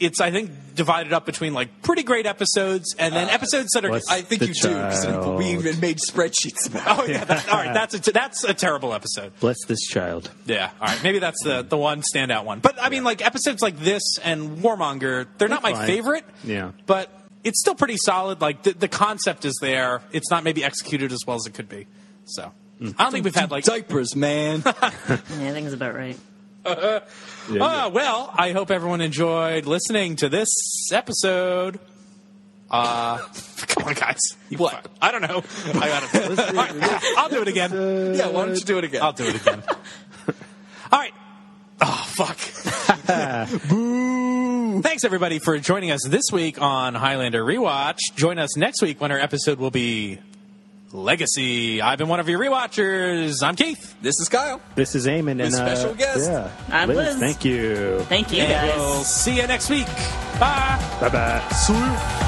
It's I think divided up between like pretty great episodes and then episodes that are
What's-
I think
The
you do because we
child.
even made spreadsheets about.
Oh yeah, that, all right. That's a t- that's a terrible episode.
Bless this child.
Yeah. All right. Maybe that's the the one standout one. But I mean, like episodes like this and Warmonger, they're not my
fine.
favorite.
Yeah.
But it's still pretty solid. Like the, the concept is there. It's not maybe executed as well as it could be. So I don't think we've had like.
Diapers, man.
Yeah, I think it's about right.
Oh well, I hope everyone enjoyed listening to this episode. Uh, come on, guys. You
What?
fuck- I don't know. I got it. I'll do it again.
yeah, why don't you do it again?
I'll do it again. All right. Oh, fuck. Boo. Thanks, everybody, for joining us this week on Highlander Rewatch. Join us next week when our episode will be Legacy. I've been one of your rewatchers. I'm Keith.
This is Kyle.
This is Eamon. And, uh,
special guest.
Yeah.
I'm Liz.
Thank you.
Thank you,
And
guys.
we'll see you next week. Bye.
Bye bye.
See you.